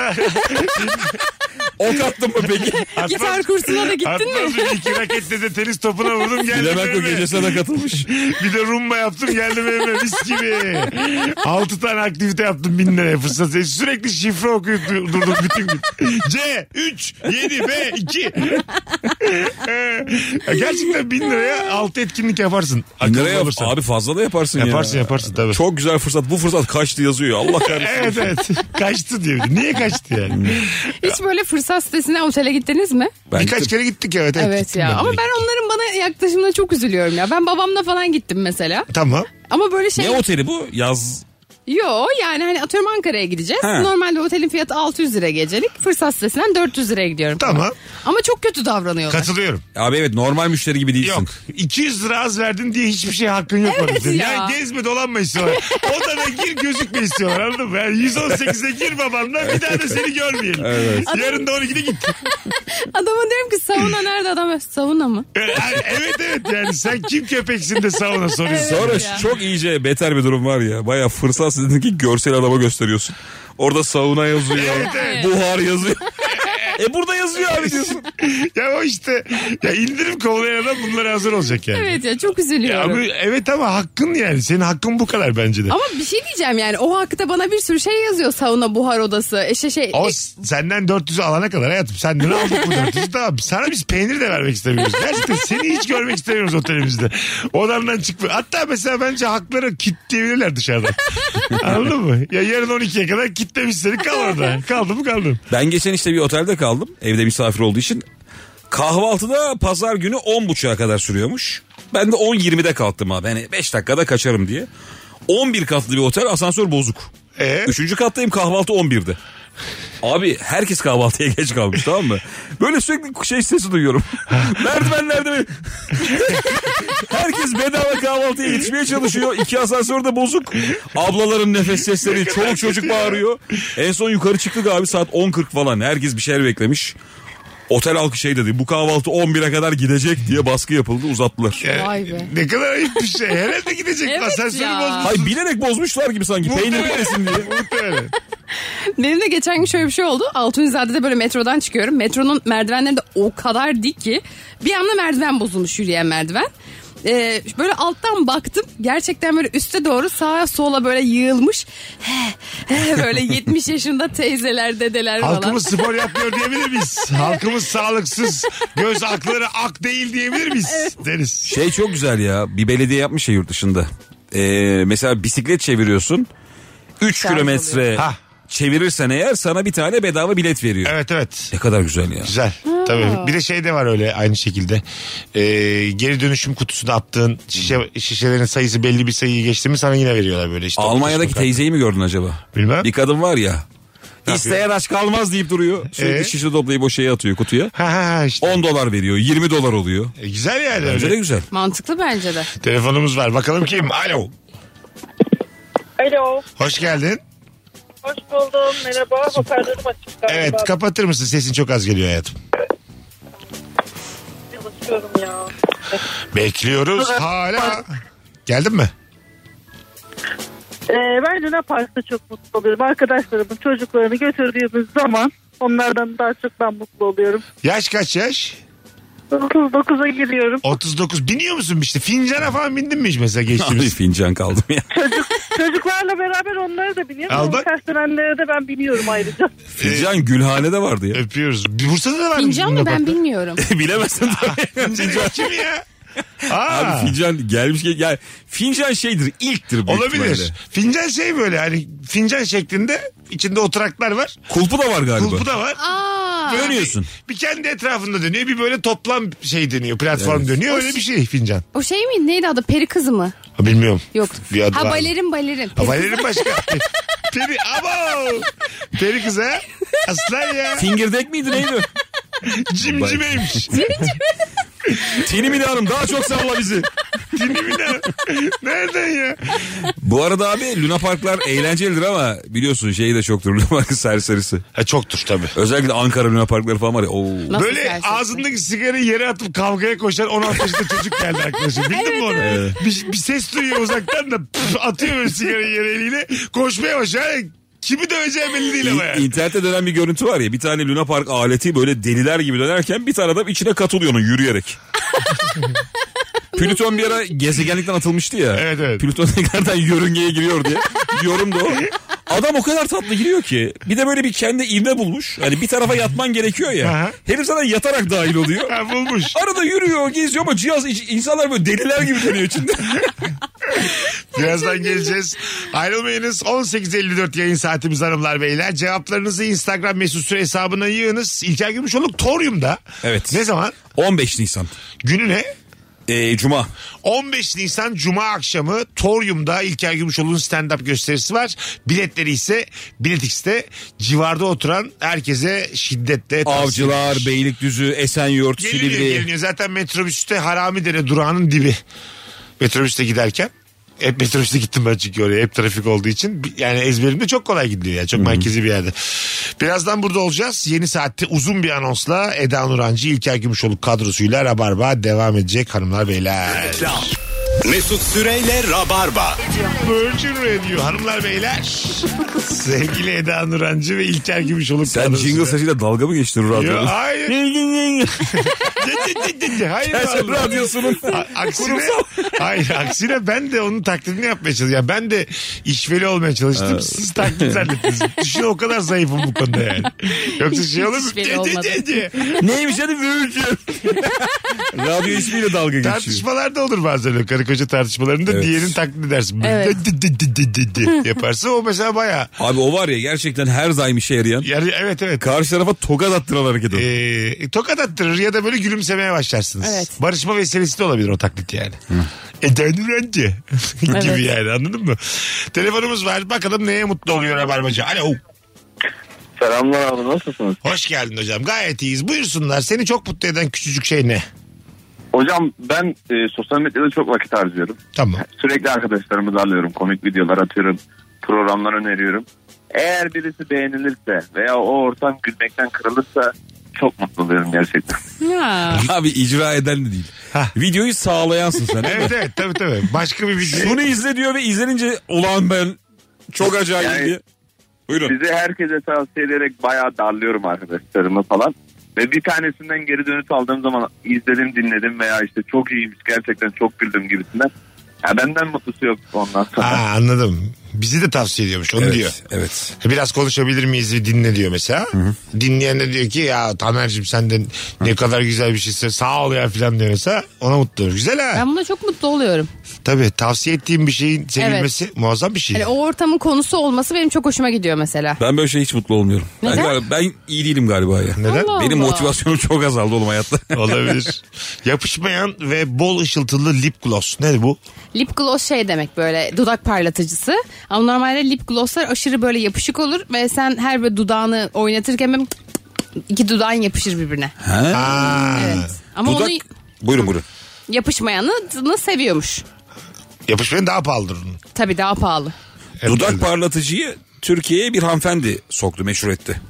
Ok attın mı peki?
Gitar kursuna da gittin mi?
Atmaz mı? İki raketle de tenis topuna vurdum
Bir
geldim
de ben o
evime.
gecesine de katılmış.
Bir de rumba yaptım geldim evime mis gibi. Altı tane aktivite yaptım bin liraya fırsat. sitesi. Sürekli şifre okuyup dur- durdum bütün gün. C 3 7 B 2 Gerçekten bin liraya altı etkinlik yaparsın.
Bin
Akıllı
liraya yap-
olursan.
abi fazla da yaparsın,
Yaparsın
ya.
yaparsın tabii.
Çok güzel fırsat. Bu fırsat kaçtı yazıyor. Allah kahretsin.
Evet evet. Kaçtı diyor. Niye kaçtı yani?
Hiç böyle fırsat sitesine otele gittiniz mi?
Ben
Birkaç
gittim.
kere gittik evet. Evet,
Evet
gittim
ya ama
direkt.
ben onların bana yaklaşımına çok üzülüyorum ya. Ben babamla falan gittim mesela.
Tamam.
Ama böyle şey
Ne oteli bu? Yaz.
Yo yani hani atıyorum Ankara'ya gideceğiz.
Ha.
Normalde otelin fiyatı 600 lira gecelik. Fırsat sitesinden 400 liraya gidiyorum.
Tamam.
Ama çok kötü davranıyorlar.
Katılıyorum.
Abi evet normal müşteri gibi değilsin.
Yok. 200 lira az verdin diye hiçbir şey hakkın yok.
Evet
orada.
ya.
Yani gezme dolanma istiyorlar. Odana gir gözükme istiyorlar anladın mı? Yani 118'e gir babanla bir daha da seni görmeyelim. Yarın da 12'de git.
Adama diyorum ki savuna nerede adam? Savuna mı?
Yani evet evet yani sen kim köpeksin de savuna soruyorsun.
Sonra
ya.
çok iyice beter bir durum var ya. Baya fırsat sizinki görsel adama gösteriyorsun. Orada sauna yazıyor. Buhar yazıyor. e burada yazıyor abi diyorsun.
Ya o işte ya indirim kovalayan adam bunlara hazır olacak yani.
Evet ya çok
Ya
üzülüyorum.
bu- evet ama hakkın yani. Senin hakkın bu kadar bence de.
Ama bir şey diyeceğim yani o hakta bana bir sürü şey yazıyor sauna buhar odası. Eşe şey
O s- senden 400'ü alana kadar hayatım. Senden aldık bu 400'ü tamam. Sana biz peynir de vermek istemiyoruz. Gerçekten seni hiç görmek istemiyoruz otelimizde. Odandan çıkma. Hatta mesela bence hakları kitleyebilirler dışarıda. Anladın mı? Ya yarın 12'ye kadar kitlemiş seni kal orada. Kaldı mı kaldın.
Ben geçen işte bir otelde kaldım. Evde misafir olduğu için. Kahvaltıda pazar günü 10.30'a kadar sürüyormuş. Ben de 10.20'de kalktım abi. Hani 5 dakikada kaçarım diye. 11 katlı bir otel asansör bozuk.
Ee?
Üçüncü kattayım kahvaltı 11'de. Abi herkes kahvaltıya geç kalmış tamam mı? Böyle sürekli şey sesi duyuyorum. Merdivenlerde mi? herkes bedava kahvaltıya yetişmeye çalışıyor. İki asansör de bozuk. Ablaların nefes sesleri, çoluk çocuk bağırıyor. En son yukarı çıktık abi saat 10.40 falan. Herkes bir şeyler beklemiş. Otel halkı şey dedi bu kahvaltı 11'e kadar gidecek diye baskı yapıldı uzattılar.
Ya,
Vay be.
Ne kadar ayıp bir şey. Herhalde gidecek.
Evet
Asansörü
ya.
bozmuş.
Hayır bilerek bozmuşlar gibi sanki peynir bitmesin diye.
Muhtemelen.
Benim de geçen gün şöyle bir şey oldu. Altunizade'de böyle metrodan çıkıyorum. Metronun merdivenleri de o kadar dik ki. Bir anda merdiven bozulmuş yürüyen merdiven. Ee, böyle alttan baktım gerçekten böyle üste doğru sağa sola böyle yığılmış böyle 70 yaşında teyzeler dedeler falan.
Halkımız spor yapmıyor diyebilir miyiz? Halkımız sağlıksız. Göz akları ak değil diyebilir miyiz? Deniz.
Şey çok güzel ya. Bir belediye yapmış ya yurt dışında. Ee, mesela bisiklet çeviriyorsun. 3 kilometre
Ha.
çevirirsen eğer sana bir tane bedava bilet veriyor.
Evet evet.
Ne kadar güzel ya.
Güzel. Tabii. Bir de şey de var öyle aynı şekilde. Ee, geri dönüşüm kutusuna attığın şişe, şişelerin sayısı belli bir sayıyı geçti mi sana yine veriyorlar böyle işte.
Almanya'daki teyzeyi mi gördün acaba?
Bilmem.
Bir kadın var ya. İsteyen aç kalmaz deyip duruyor. Sürekli
Ee?
şişe toplayıp o şeye atıyor kutuya.
Ha ha ha işte.
10 dolar veriyor, 20 dolar oluyor.
E, güzel yani
Bence
öyle.
de güzel.
Mantıklı bence de.
Telefonumuz var. Bakalım kim? Alo.
Alo.
Hoş geldin.
Hoş buldum. Merhaba. Hoparlörüm açık galiba.
Evet kapatır mısın? Sesin çok az geliyor hayatım.
Çalışıyorum ya.
Bekliyoruz hala. Geldin mi?
Ee, ben Luna Park'ta çok mutlu oluyorum. Arkadaşlarımın çocuklarını götürdüğümüz zaman onlardan daha çok ben mutlu oluyorum.
Yaş kaç yaş?
39'a giriyorum.
39. Biniyor musun işte? Fincana falan bindin mi hiç mesela
Bir
geçtiğimiz?
fincan kaldım ya.
Ee?
Çocuk, çocuklarla beraber onları da biniyorum.
Al
Ama
bak.
Ters dönenlere de ben biniyorum ayrıca.
Fincan Gülhane'de vardı ya.
Öpüyoruz. Bursa'da da var.
Fincan mı ben bilmiyorum.
Bilemezsin tabii.
Fincan kim ya? Aa,
Abi fincan gelmiş ki yani fincan şeydir ilktir büyük
olabilir.
ihtimalle.
Fincan şey böyle hani fincan şeklinde içinde oturaklar var.
Kulpu da var galiba.
Kulpu da var.
Aa,
Dönüyorsun.
Bir kendi etrafında dönüyor. Bir böyle toplam şey dönüyor. Platform dönüyor. Öyle bir şey fincan.
o şey mi neydi adı peri kızı mı?
Ha, bilmiyorum.
Yok.
Bir adı
ha
var.
balerin balerin.
Ha, Balerin başka. Peri abo. Peri kız ha. Aslan ya.
Fingirdek miydi neydi?
Cimcimeymiş.
Tinimini Hanım daha çok salla bizi.
Cimcimine. Nereden ya?
Bu arada abi Luna Parklar eğlencelidir ama biliyorsun şeyi de çoktur Luna Park'ın serserisi.
Ha, çoktur tabii.
Özellikle Ankara Luna Parkları falan var ya. Oo.
Nasıl
Böyle
istersen.
ağzındaki sigarayı yere atıp kavgaya koşan 16 yaşında çocuk geldi arkadaşım. Bildin mi onu? Bir, bir ses duyuyor uzaktan da püf, atıyor böyle sigarayı yere eliyle. Koşmaya başlıyor. Yani Kimi döveceği belli değil ama
İ-
yani.
İnternette dönen bir görüntü var ya bir tane Luna Park aleti böyle deliler gibi dönerken bir tane adam içine katılıyor onun yürüyerek. Plüton bir ara gezegenlikten atılmıştı ya.
Evet, evet.
Plüton tekrardan yörüngeye giriyor diye. Yorum da o. Adam o kadar tatlı giriyor ki. Bir de böyle bir kendi ivme bulmuş. Hani bir tarafa yatman gerekiyor
Aha.
ya. Herif zaten yatarak dahil oluyor.
Ha, bulmuş.
Arada yürüyor, geziyor ama cihaz iç- insanlar böyle deliler gibi dönüyor içinde.
Birazdan geleceğiz. Ayrılmayınız. 18.54 yayın saatimiz hanımlar beyler. Cevaplarınızı Instagram mesut süre hesabına yığınız. İlker Gümüşoluk Torium'da.
Evet.
Ne zaman?
15 Nisan.
Günü ne?
Ee, Cuma.
15 Nisan Cuma akşamı Torium'da İlker Gümüşoğlu'nun stand-up gösterisi var. Biletleri ise Bilet X'te civarda oturan herkese şiddetle tavsiye
Avcılar,
ediyoruz.
Beylikdüzü, Esenyurt,
Geliniyor,
Silivri.
geliniyor. Zaten metrobüste Haramidere durağının dibi. Metrobüste giderken. Hep metrobüste gittim ben çünkü oraya. Hep trafik olduğu için. Bi- Yani ezberimde çok kolay gidiyor yani. Çok merkezi bir yerde. Birazdan burada olacağız. Yeni saatte uzun bir anonsla Eda Nurancı, İlker Gümüşoluk kadrosuyla Rabarba devam edecek hanımlar beyler.
Mesut Süreyle Rabarba.
Virgin Radio hanımlar beyler. Sevgili Eda Nurancı ve İlker Gümüşoluk
Sen
kadrosu.
jingle sesiyle dalga mı geçtin
Yo,
radyoda?
hayır. hayır.
Gerçekten
vallahi.
radyosunun
A- aksine, hayır, aksine ben de onun taklidini yapmaya çalıştım. Yani ben de işveli olmaya çalıştım. Siz taklit zannettiniz. Düşün o kadar zayıfım bu konuda yani. Yoksa
Hiç-
şey olur
hiç
mu?
işveli
De- de-
olmadım.
de- de.
neymiş hadi Virgin. Radyo ismiyle dalga geçiyor.
Tartışmalarda olur bazen öyle karı koca tartışmalarında
Evet.
diğerini taklit edersin.
Evet.
De- de- de- de- de- de Yaparsa o mesela bayağı.
Abi o var ya gerçekten her daim işe yarayan.
Yani evet evet.
Karşı tarafa tokat attıran hareket o.
Ee, tokat attırır ya da böyle gülümsemeye başlarsınız.
Evet.
Barışma vesilesi de olabilir o taklit yani. Eden öğrenci gibi yani anladın mı? Telefonumuz var bakalım neye mutlu oluyor Rabarbacı. Alo
Selamlar abi nasılsınız?
hoş geldin hocam gayet iyiyiz. Buyursunlar seni çok mutlu eden küçücük şey ne?
Hocam ben e, sosyal medyada çok vakit harcıyorum.
Tamam.
Sürekli arkadaşlarımı darlıyorum. Komik videolar atıyorum. Programlar öneriyorum. Eğer birisi beğenilirse veya o ortam gülmekten kırılırsa çok mutlu oluyorum gerçekten.
Ya.
Abi icra eden de değil.
Hah.
Videoyu sağlayansın sen. değil mi?
Evet evet tabii tabii. Başka bir video.
Bunu izle diyor ve izlenince ulan ben çok acayip
Yani-
diye. Buyurun.
Sizi herkese tavsiye ederek bayağı darlıyorum arkadaşlarımı falan. Ve bir tanesinden geri dönüt aldığım zaman izledim dinledim veya işte çok iyiymiş gerçekten çok güldüm gibisinden. Ya benden mutlusu yok ondan sonra.
Aa, anladım. Bizi de tavsiye ediyormuş onu
evet,
diyor. E,
Evet.
Biraz konuşabilir miyiz bir dinle diyor mesela. Dinleyen de diyor ki ya Taner'cim senden ne kadar güzel bir şeyse sağ ol ya falan diyor mesela. Ona mutlu olur. Güzel ha.
Ben buna çok mutlu oluyorum.
Tabii tavsiye ettiğim bir şeyin sevilmesi muazzam bir şey.
Hani o ortamın konusu olması benim çok hoşuma gidiyor mesela.
Ben böyle şey hiç mutlu olmuyorum. Ben,
Neden?
galiba- ben iyi değilim galiba ya.
Neden?
Allah
Benim
Allah.
motivasyonum çok azaldı oğlum hayatta.
Olabilir. Yapışmayan ve bol ışıltılı lip gloss. Ne bu?
Lip gloss şey demek böyle dudak parlatıcısı. Ama normalde lip glosslar aşırı böyle yapışık olur ve sen her böyle dudağını oynatırken böyle iki dudağın yapışır birbirine.
Ha?
Aa,
Evet. Ama
Dudak...
onu
Buyurun buyurun.
yapışmayanını seviyormuş.
Yapışmayan daha pahalıdır onun.
Tabii daha pahalı.
Evet,
Dudak
öyle.
parlatıcıyı Türkiye'ye bir hanımefendi soktu, meşhur etti.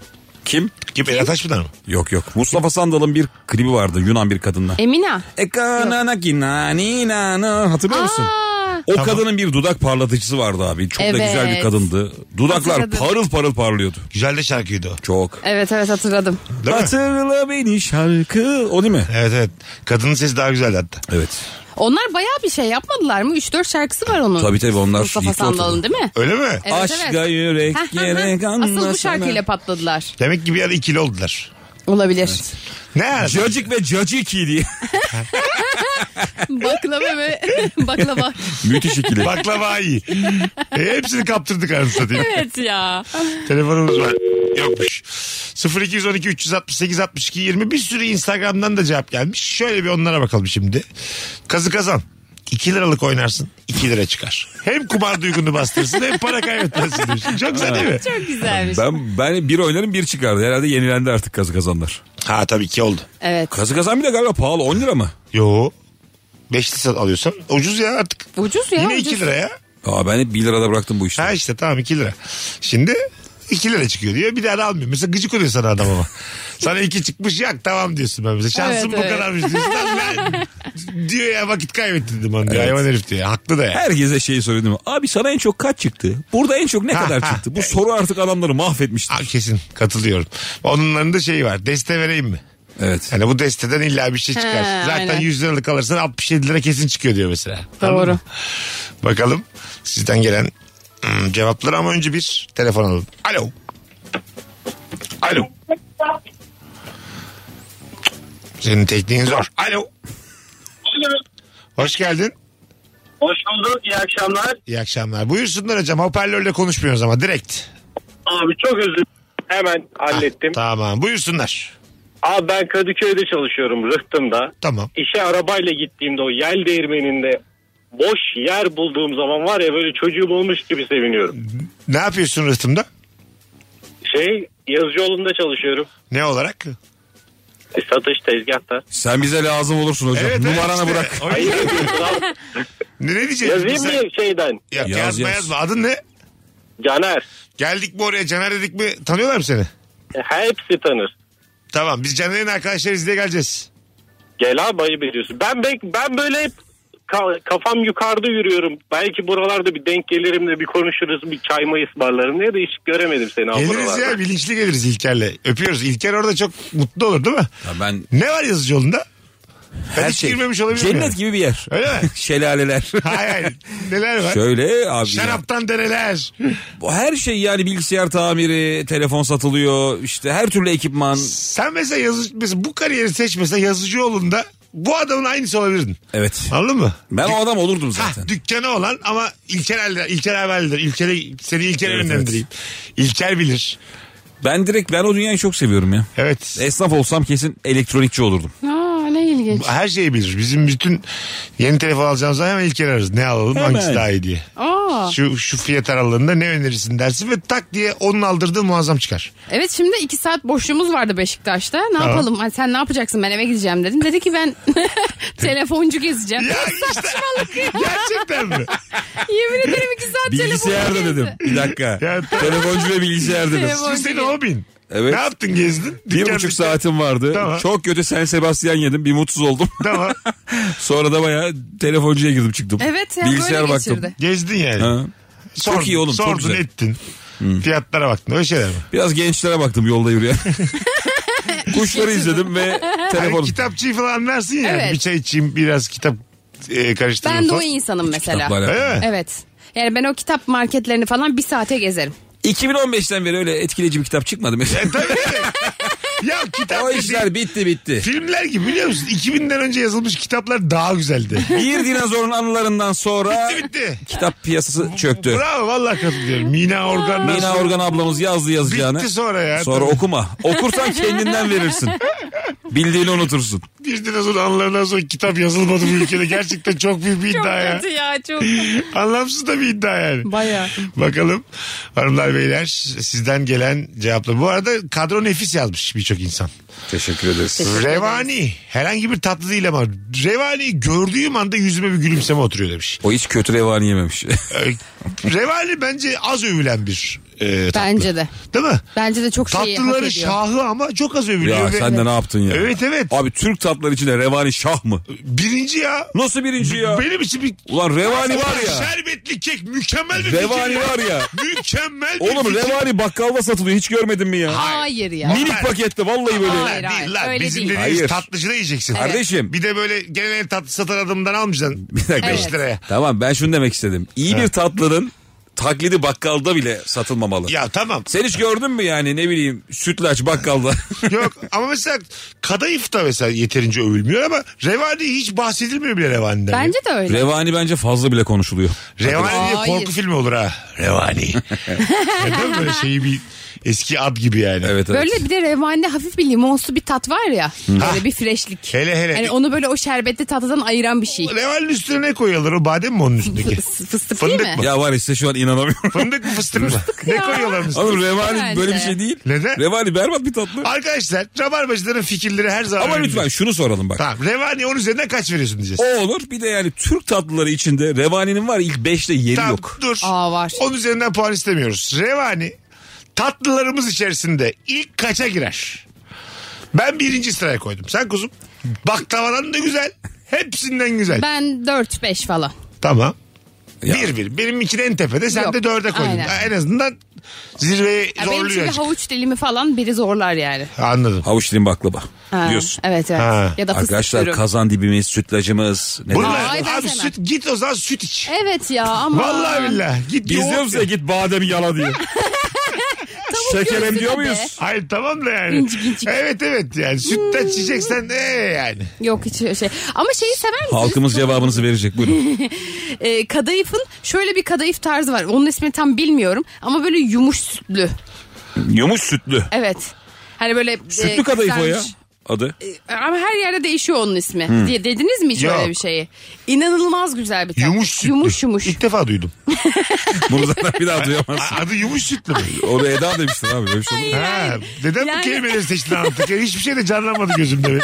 Kim?
Kim? El Ataşpınar mı?
Yok yok. Mustafa Sandal'ın bir
E,
E-
klibi vardı Yunan bir kadınla.
Emina.
Ekanana kinani nana. Hatırlıyor musun?
Aa,
O
Tamam.
kadının bir dudak parlatıcısı vardı abi. Çok da
Evet.
güzel bir kadındı. Dudaklar
Hatırladım.
parıl parıl parlıyordu.
Güzel de şarkıydı o.
Çok.
Evet evet hatırladım.
Değil mi?
Hatırla beni şarkı. O değil mi?
Evet evet. Kadının sesi daha güzeldi hatta.
Evet.
Onlar bayağı bir şey yapmadılar mı? 3-4 şarkısı var onun.
Tabii tabii onlar
Mustafa
yıktı ortalığı.
Sandal'ın değil mi?
Öyle mi?
Evet,
Aşka
evet.
yürek
Heh, heh,
gerek
heh. Asıl
anlasana.
bu şarkıyla patladılar.
Demek ki bir ara ikili oldular.
Olabilir.
Ne arası?
Cacık ve caciki diye.
Baklava ve baklava.
Müthiş ikili.
Baklava iyi. E, hepsini kaptırdık anasını satayım.
evet ya.
Telefonumuz var. Yokmuş. 0212 368 62 20 bir sürü Instagram'dan da cevap gelmiş. Şöyle bir onlara bakalım şimdi. Kazı kazan. 2 liralık oynarsın 2 lira çıkar. Hem kumar duygunu bastırırsın hem para kaybetmezsin. demiş. Çok güzel değil mi?
Çok güzelmiş.
ben ben bir oynarım bir çıkardı. Herhalde yenilendi artık kazı kazanlar.
Ha tabii 2 oldu.
Evet.
Kazı kazan bile galiba pahalı 10 lira mı?
Yo. 5 lira alıyorsan ucuz ya artık.
Ucuz ya.
Yine
ucuz.
2 lira ya.
Aa ben hep 1 lirada bıraktım bu işleri.
Ha işte tamam 2 lira. Şimdi 2 lira çıkıyor diyor. Bir daha da almıyor. Mesela gıcık oluyor sana adam ama. Sana 2 çıkmış yak tamam diyorsun ben mesela. Şansım
Evet,
bu
evet.
kadarmış diyorsun. Lan ben- diyor ya vakit kaybettin dedim onu diyor. Hayvan herif diyor. Haklı da ya.
Herkese şey söyledim. Abi sana en çok kaç çıktı? Burada en çok ne
Ha,
kadar
ha.
çıktı? Bu soru artık adamları mahvetmiştir.
Aa, kesin katılıyorum. Onların da şeyi var. Deste vereyim mi?
Evet.
Hani bu desteden illa bir şey çıkar.
Ha,
Zaten
aynen.
100 liralık alırsan 67 lira kesin çıkıyor diyor mesela. Anladın
Doğru.
mı? Bakalım sizden gelen hmm, cevapları ama önce bir telefon alalım. Alo. Alo. Senin tekniğin zor. Alo. Hoş geldin.
Hoş bulduk. İyi akşamlar.
İyi akşamlar. Buyursunlar hocam. Hoparlörle konuşmuyoruz ama direkt.
Abi çok özür Hemen hallettim.
Tamam. Buyursunlar. Ah.
Abi ben Kadıköy'de çalışıyorum rıhtımda.
Tamam.
İşe arabayla gittiğimde o yel değirmeninde boş yer bulduğum zaman var ya böyle çocuğum olmuş gibi seviniyorum.
Ne yapıyorsun rıhtımda?
Şey Yazıcıoğlu'nda çalışıyorum.
Ne olarak?
E, satış tezgahta.
Sen bize lazım olursun hocam.
Evet, evet,
Numaranı
işte.
bırak.
O-
Hayır, yazıyorum.
Ne, ne diyeceksin?
yazayım
bize?
mı şeyden?
Yok,
Yaz,
yazma
yaz.
yazma. Adın ne?
Caner.
Geldik mi oraya Caner dedik mi tanıyorlar mı seni?
E, Hepsi tanır.
Tamam biz Caner'in arkadaşlarıyız diye geleceğiz.
Gel abi ayıp ediyorsun. Ben, bek- ben böyle hep ka- kafam yukarıda yürüyorum. Belki buralarda bir denk gelirim de bir konuşuruz bir çayma ısmarlarım diye de hiç göremedim seni abi
geliriz
buralarda.
ya bilinçli geliriz İlker'le. Öpüyoruz. İlker orada çok mutlu olur değil mi?
Ya ben
Ne var yazıcı yolunda? Ben
her
hiç
şey.
girmemiş olabilirim.
Cennet
yani.
gibi bir yer.
Öyle mi?
Şelaleler.
hayır hayır. Neler var?
Şöyle abi. ya.
Şaraptan deneler.
Bu her şey yani bilgisayar tamiri, telefon satılıyor, işte her türlü ekipman.
Sen mesela, yazı, mesela bu kariyeri seçmesen yazıcı yolunda bu adamın aynısı olabilirdin.
Evet.
Anladın mı?
Ben o adam olurdum
Ha,
zaten.
dükkanı olan ama İlker elde, İlker evveldir. İlker seni İlker
Evet,
yönlendireyim. İlker bilir.
Ben direkt ben o dünyayı çok seviyorum ya.
Evet.
Esnaf olsam kesin elektronikçi olurdum.
Aa, ne ilginç.
her şeyi bilir. Bizim bütün yeni telefon alacağımız zaman hemen İlker ararız. Ne alalım
Hemen.
hangisi daha iyi diye.
Aa.
Şu, şu fiyat aralığında ne önerirsin dersin ve tak diye onun aldırdığı muazzam çıkar.
Evet şimdi iki saat boşluğumuz vardı Beşiktaş'ta. Ne yapalım? Hani sen ne yapacaksın? Ben eve gideceğim dedim. Dedi ki ben telefoncu gezeceğim.
Ya işte gerçekten mi?
Yemin ederim iki saat
Bilgisayarda
telefoncu gezdi.
dedim. Bir dakika.
Ya,
Telefoncu ve bilgisayar dedim.
Telefon-
Bu senin hobin.
Evet.
Ne yaptın gezdin?
Bir
Dükkan-
buçuk saatim vardı.
Tamam.
Çok kötü San Sebastian yedim. Bir mutsuz oldum.
Tamam.
Sonra da bayağı telefoncuya girdim çıktım.
Evet ya
Bilgisayar
böyle
baktım.
geçirdi.
Gezdin yani.
Ha.
Sordun-
Çok iyi oğlum.
Sordun
çok güzel. Hmm.
ettin. Fiyatlara baktın öyle şeyler mi?
Biraz gençlere baktım yolda yürüyen. Kuşları izledim ve
Hani
telefon.
kitapçıyı falan versin ya.
Evet.
Bir çay içeyim biraz kitap e, karıştırayım
Ben de o
falan.
insanım mesela.
Kitapla alakalı.
Öyle mi?
Evet. Yani ben o kitap marketlerini falan bir saate gezerim.
2015'ten beri öyle etkileyici bir kitap çıkmadı mı?
Ya kitap
o
dediğin-
işler bitti bitti.
Filmler gibi biliyor musun? 2000'den önce yazılmış kitaplar daha güzeldi.
Bir dinozorun anılarından sonra
bitti bitti.
kitap piyasası çöktü.
Bravo vallahi katılıyorum. Mina Organ'dan
Mina
sonra-
Organ ablamız yazdı yazacağını.
Bitti sonra ya.
Sonra okuma. Okursan kendinden verirsin. Bildiğini unutursun.
Bir dinozor anılarından sonra kitap yazılmadı bu ülkede. Gerçekten çok büyük bir
Çok
iddia ya.
kötü ya çok.
Anlamsız da bir iddia yani.
Baya.
Bakalım hanımlar beyler sizden gelen cevaplar. Bu arada kadro nefis yazmış birçok insan.
Teşekkür ederiz.
Revani herhangi bir tatlı değil ama Revani gördüğüm anda yüzüme bir gülümseme oturuyor demiş.
O hiç kötü revani yememiş.
Ee, Revani bence az övülen bir e, tatlı.
Bence de.
Değil mi?
Bence de çok şeyi hak
Tatlıları
ediyor.
şahı ama çok az övülüyor.
Ya
ve
sen de ne yaptın ya?
Evet, evet.
Abi Türk tatları içinde revani şah mı?
Birinci ya.
Nasıl birinci ya?
Benim için bir... Hani
Ulan revani var ya.
Şerbetli kek mükemmel bir
Revani
fikir.
var ya.
Mükemmel bir
Oğlum
fikir.
revani bakkalda satılıyor hiç görmedin mi ya?
Hayır ya.
Minik pakette vallahi böyle.
Hayır,
Değil
hayır.
lan.
Öyle
Bizim
değil.
dediğimiz
Hayır.
tatlıcıda yiyeceksin.
Kardeşim.
Bir de böyle genel tatlı satan adamdan almayacaksın.
Bir dakika.
5 liraya.
Tamam ben şunu demek istedim. İyi bir tatlının taklidi bakkalda bile satılmamalı.
Ya tamam.
Sen hiç gördün mü yani ne bileyim sütlaç bakkalda?
Yok ama mesela kadayıf da mesela yeterince övülmüyor ama revani hiç bahsedilmiyor bile revaniden.
Bence de öyle.
Revani bence fazla bile konuşuluyor.
Revani diye
Hayır.
korku filmi olur ha. Revani. Neden böyle şeyi bir eski ad gibi yani.
Evet evet.
Böyle bir de revanda hafif bir limonsu bir tat var ya. Böyle bir freşlik.
Hele hele.
Yani onu böyle o şerbetli tatlıdan ayıran bir şey.
Revan'ın üstüne ne koyuyorlar o badem mi onun üstündeki?
Fıs- Fıstık
Fındık
değil mi?
mı?
Ya var ya size şu an inanamıyorum.
Fındık mı fıstık mı? ne koyuyorlar mısın?
Oğlum revani
Bence.
böyle bir şey değil.
Neden?
Revani berbat bir tatlı.
Arkadaşlar rabarbacıların fikirleri her zaman
Ama
önemli.
lütfen şunu soralım bak.
Tamam revani onun üzerinden kaç veriyorsun diyeceğiz.
O olur bir de yani Türk tatlıları içinde revaninin var ya, ilk 5'te yeri
Tamam,
yok.
dur.
Aa, var.
Onun üzerinden puan istemiyoruz. Revani tatlılarımız içerisinde ilk kaça girer? Ben birinci sıraya koydum. Sen kuzum baklavadan da güzel. Hepsinden güzel.
Ben 4-5 falan.
Tamam.
Ya.
Bir bir. Benim için en tepede sen
Yok,
de dörde koydun.
aynen.
En azından zirveye
Ya benim
zorluyor.
çünkü
açık.
havuç dilimi falan biri zorlar yani.
Anladım.
Havuç dilim baklava
Ha,
diyorsun.
Evet evet.
Ha.
Ya da fıstık
Arkadaşlar
dürüm.
kazan dibimiz, sütlacımız. Ne
Bunlar,
Aa, ben
abi
sevmem.
süt git o zaman süt iç.
Evet ya ama.
Vallahi billahi. Git
Biz
yoğurt
diyoruz
ye.
ya git badem yala diye. Şekerim
gözüne
diyor
de.
muyuz?
Hayır tamam da yani.
İncik incik. Hmm.
Evet evet yani sütten içeceksen ee yani.
Yok hiç öyle şey. Ama şeyi sever misiniz?
Halkımız cevabınızı verecek buyurun.
Ee, kadayıfın şöyle bir kadayıf tarzı var. Onun ismini tam bilmiyorum. Ama böyle yumuş sütlü.
Yumuş sütlü.
Evet. Hani böyle.
Sütlü kadayıf o ya
kızarmış.
adı.
Ama her yerde değişiyor onun ismi.
Hmm.
Diye dediniz mi hiç
Yok.
öyle bir şeyi? İnanılmaz güzel bir tat.
Yumuş sütlü.
Yumuş yumuş.
İlk defa duydum.
Bunu zaten bir daha duyamazsın.
Adı yumuş sütlü mü?
Onu Eda demiştin abi. Böyle bir şey olur mu?
Ha, neden bu
Yani-
kelimeleri seçtin anlattık? Yani hiçbir şey de canlanmadı gözümde. benim.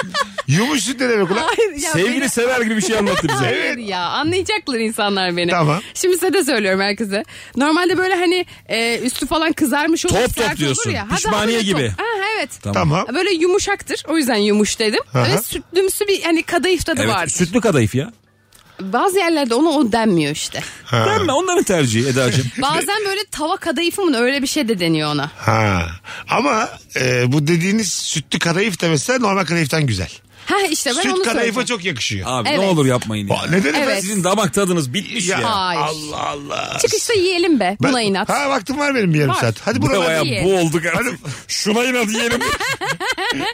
Yumuş süt ne demek ulan?
Hayır ya
Sevgili
beni-
sever gibi bir şey anlattı bize.
Hayır ya anlayacaklar insanlar beni.
Tamam.
Şimdi size de söylüyorum herkese. Normalde böyle hani e, üstü falan kızarmış olur.
Top top
sert olur
diyorsun.
ya. Hadi
Pişmaniye
hafif top.
gibi.
Ha, evet.
Tamam.
Böyle yumuşaktır. O yüzden yumuş dedim.
Aha.
Ve sütlümsü bir hani kadayıf tadı
Evet
vardır.
sütlü kadayıf ya.
Bazı yerlerde ona o denmiyor işte.
Ha.
Ben mi? Onların tercihi Eda'cığım.
Bazen böyle tava kadayıfı mı ne? öyle bir şey de deniyor ona.
Ha. Ama e, bu dediğiniz sütlü kadayıf da mesela normal kadayıftan güzel.
Ha işte E, ben onu
Süt kadayıfa
söyleyeceğim.
çok yakışıyor.
Abi ne
Evet.
olur yapmayın ya.
Aa, Neden
Evet. şey.
efendim?
Sizin damak tadınız bitmiş
Ya,
ya.
Hayır.
Allah Allah.
Çıkışta yiyelim be
Ben-
buna inat.
Ha vaktim var benim bir yarım
Var.
saat. Hadi
Bu
buna
da
bak.
bayağı
Hadi.
bu olduk artık.
Hadi.
Şuna inat yiyelim.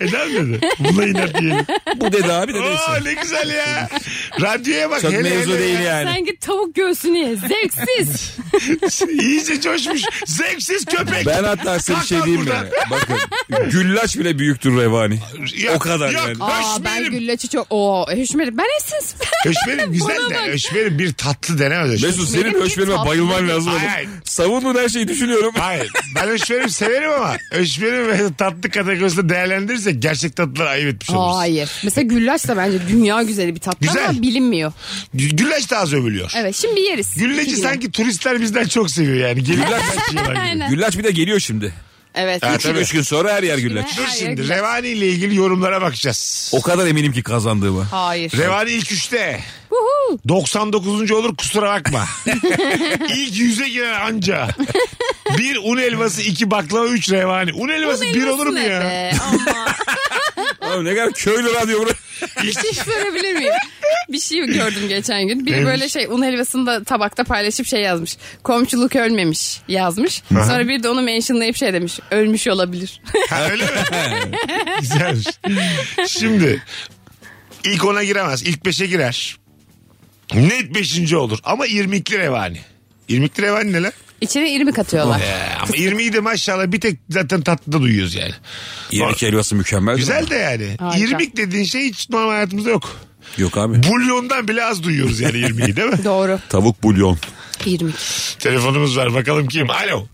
Eder miydi? Buna inat diyelim.
bu dedi abi de
Oo,
neyse.
ne güzel ya. Radyoya bak.
Çok
hele
mevzu
hele
değil
ya.
yani.
Sen git tavuk göğsünü ye. Zevksiz.
İyice coşmuş. Zevksiz köpek.
Ben hatta size bir
Kalk
şey
lan
diyeyim mi?
buradan.
Bakın güllaç bile büyüktür revani.
Yok,
o kadar
yok.
yani.
Aa, ben
Höşmerim.
güllaçı çok... Oo, höşmerim. Ben eşsiz.
Höşmerim güzel
Bana
de
bak.
höşmerim bir tatlı denemez. höşmerim.
Mesut senin
Benim
höşmerime
hiç
bayılman
tatlı değil.
lazım oğlum.
Hayır.
Savunduğun her şeyi düşünüyorum.
Hayır. Ben höşmerim severim ama höşmerim ve tatlı kategorisinde değerlendirirsek gerçek tatlılar ayıp etmiş
Aa,
oluruz.
hayır. Mesela güllaç da bence dünya güzeli bir tatlı
Güzel.
ama bilinmiyor.
Gü- Güllaç da az övülüyor.
Evet şimdi yeriz.
Gülleci
İki
sanki turistler bizden çok seviyor yani. Gelirler belki
gün.
yiyorlar gibi.
Aynen.
Güllaç bir de geliyor şimdi.
Evet.
Ha,
Üç gün,
tabii.
üç gün sonra her yer güllaç.
Dur
Hayır,
şimdi
güllaç.
Revani ile ilgili yorumlara bakacağız.
O kadar eminim ki kazandığıma.
Hayır.
Revani ilk üçte.
Huhu.
99. olur kusura bakma. İlk yüze girer anca. Bir un elması, iki baklava, üç revani. Un elması bir olur mu
Ne
ya?
be? Ama
Oğlum ne kadar köylü radyo burası.
bir şey söyleyebilir miyim? Bir şey gördüm geçen gün. Biri
Neymiş?
böyle şey un helvasını da tabakta paylaşıp şey yazmış. Komşuluk ölmemiş yazmış. Sonra bir de onu mentionlayıp şey demiş. Ölmüş olabilir.
Ha, öyle mi? Güzelmiş. Şimdi ilk ona giremez. İlk beşe girer. Net beşinci olur. Ama 22 revani. 22 revani ne lan?
İçine irmik atıyorlar.
Ee, ama 20'yi de maşallah bir tek zaten tatlıda duyuyoruz yani.
İrmik helvası mükemmel. değil mi?
Güzel de yani.
Harika.
İrmik dediğin şey hiç normal hayatımızda yok.
Yok abi.
Bulyondan bile az duyuyoruz yani 20'yi değil mi?
Doğru.
Tavuk bulyon.
İrmik.
Telefonumuz var bakalım kim? Alo.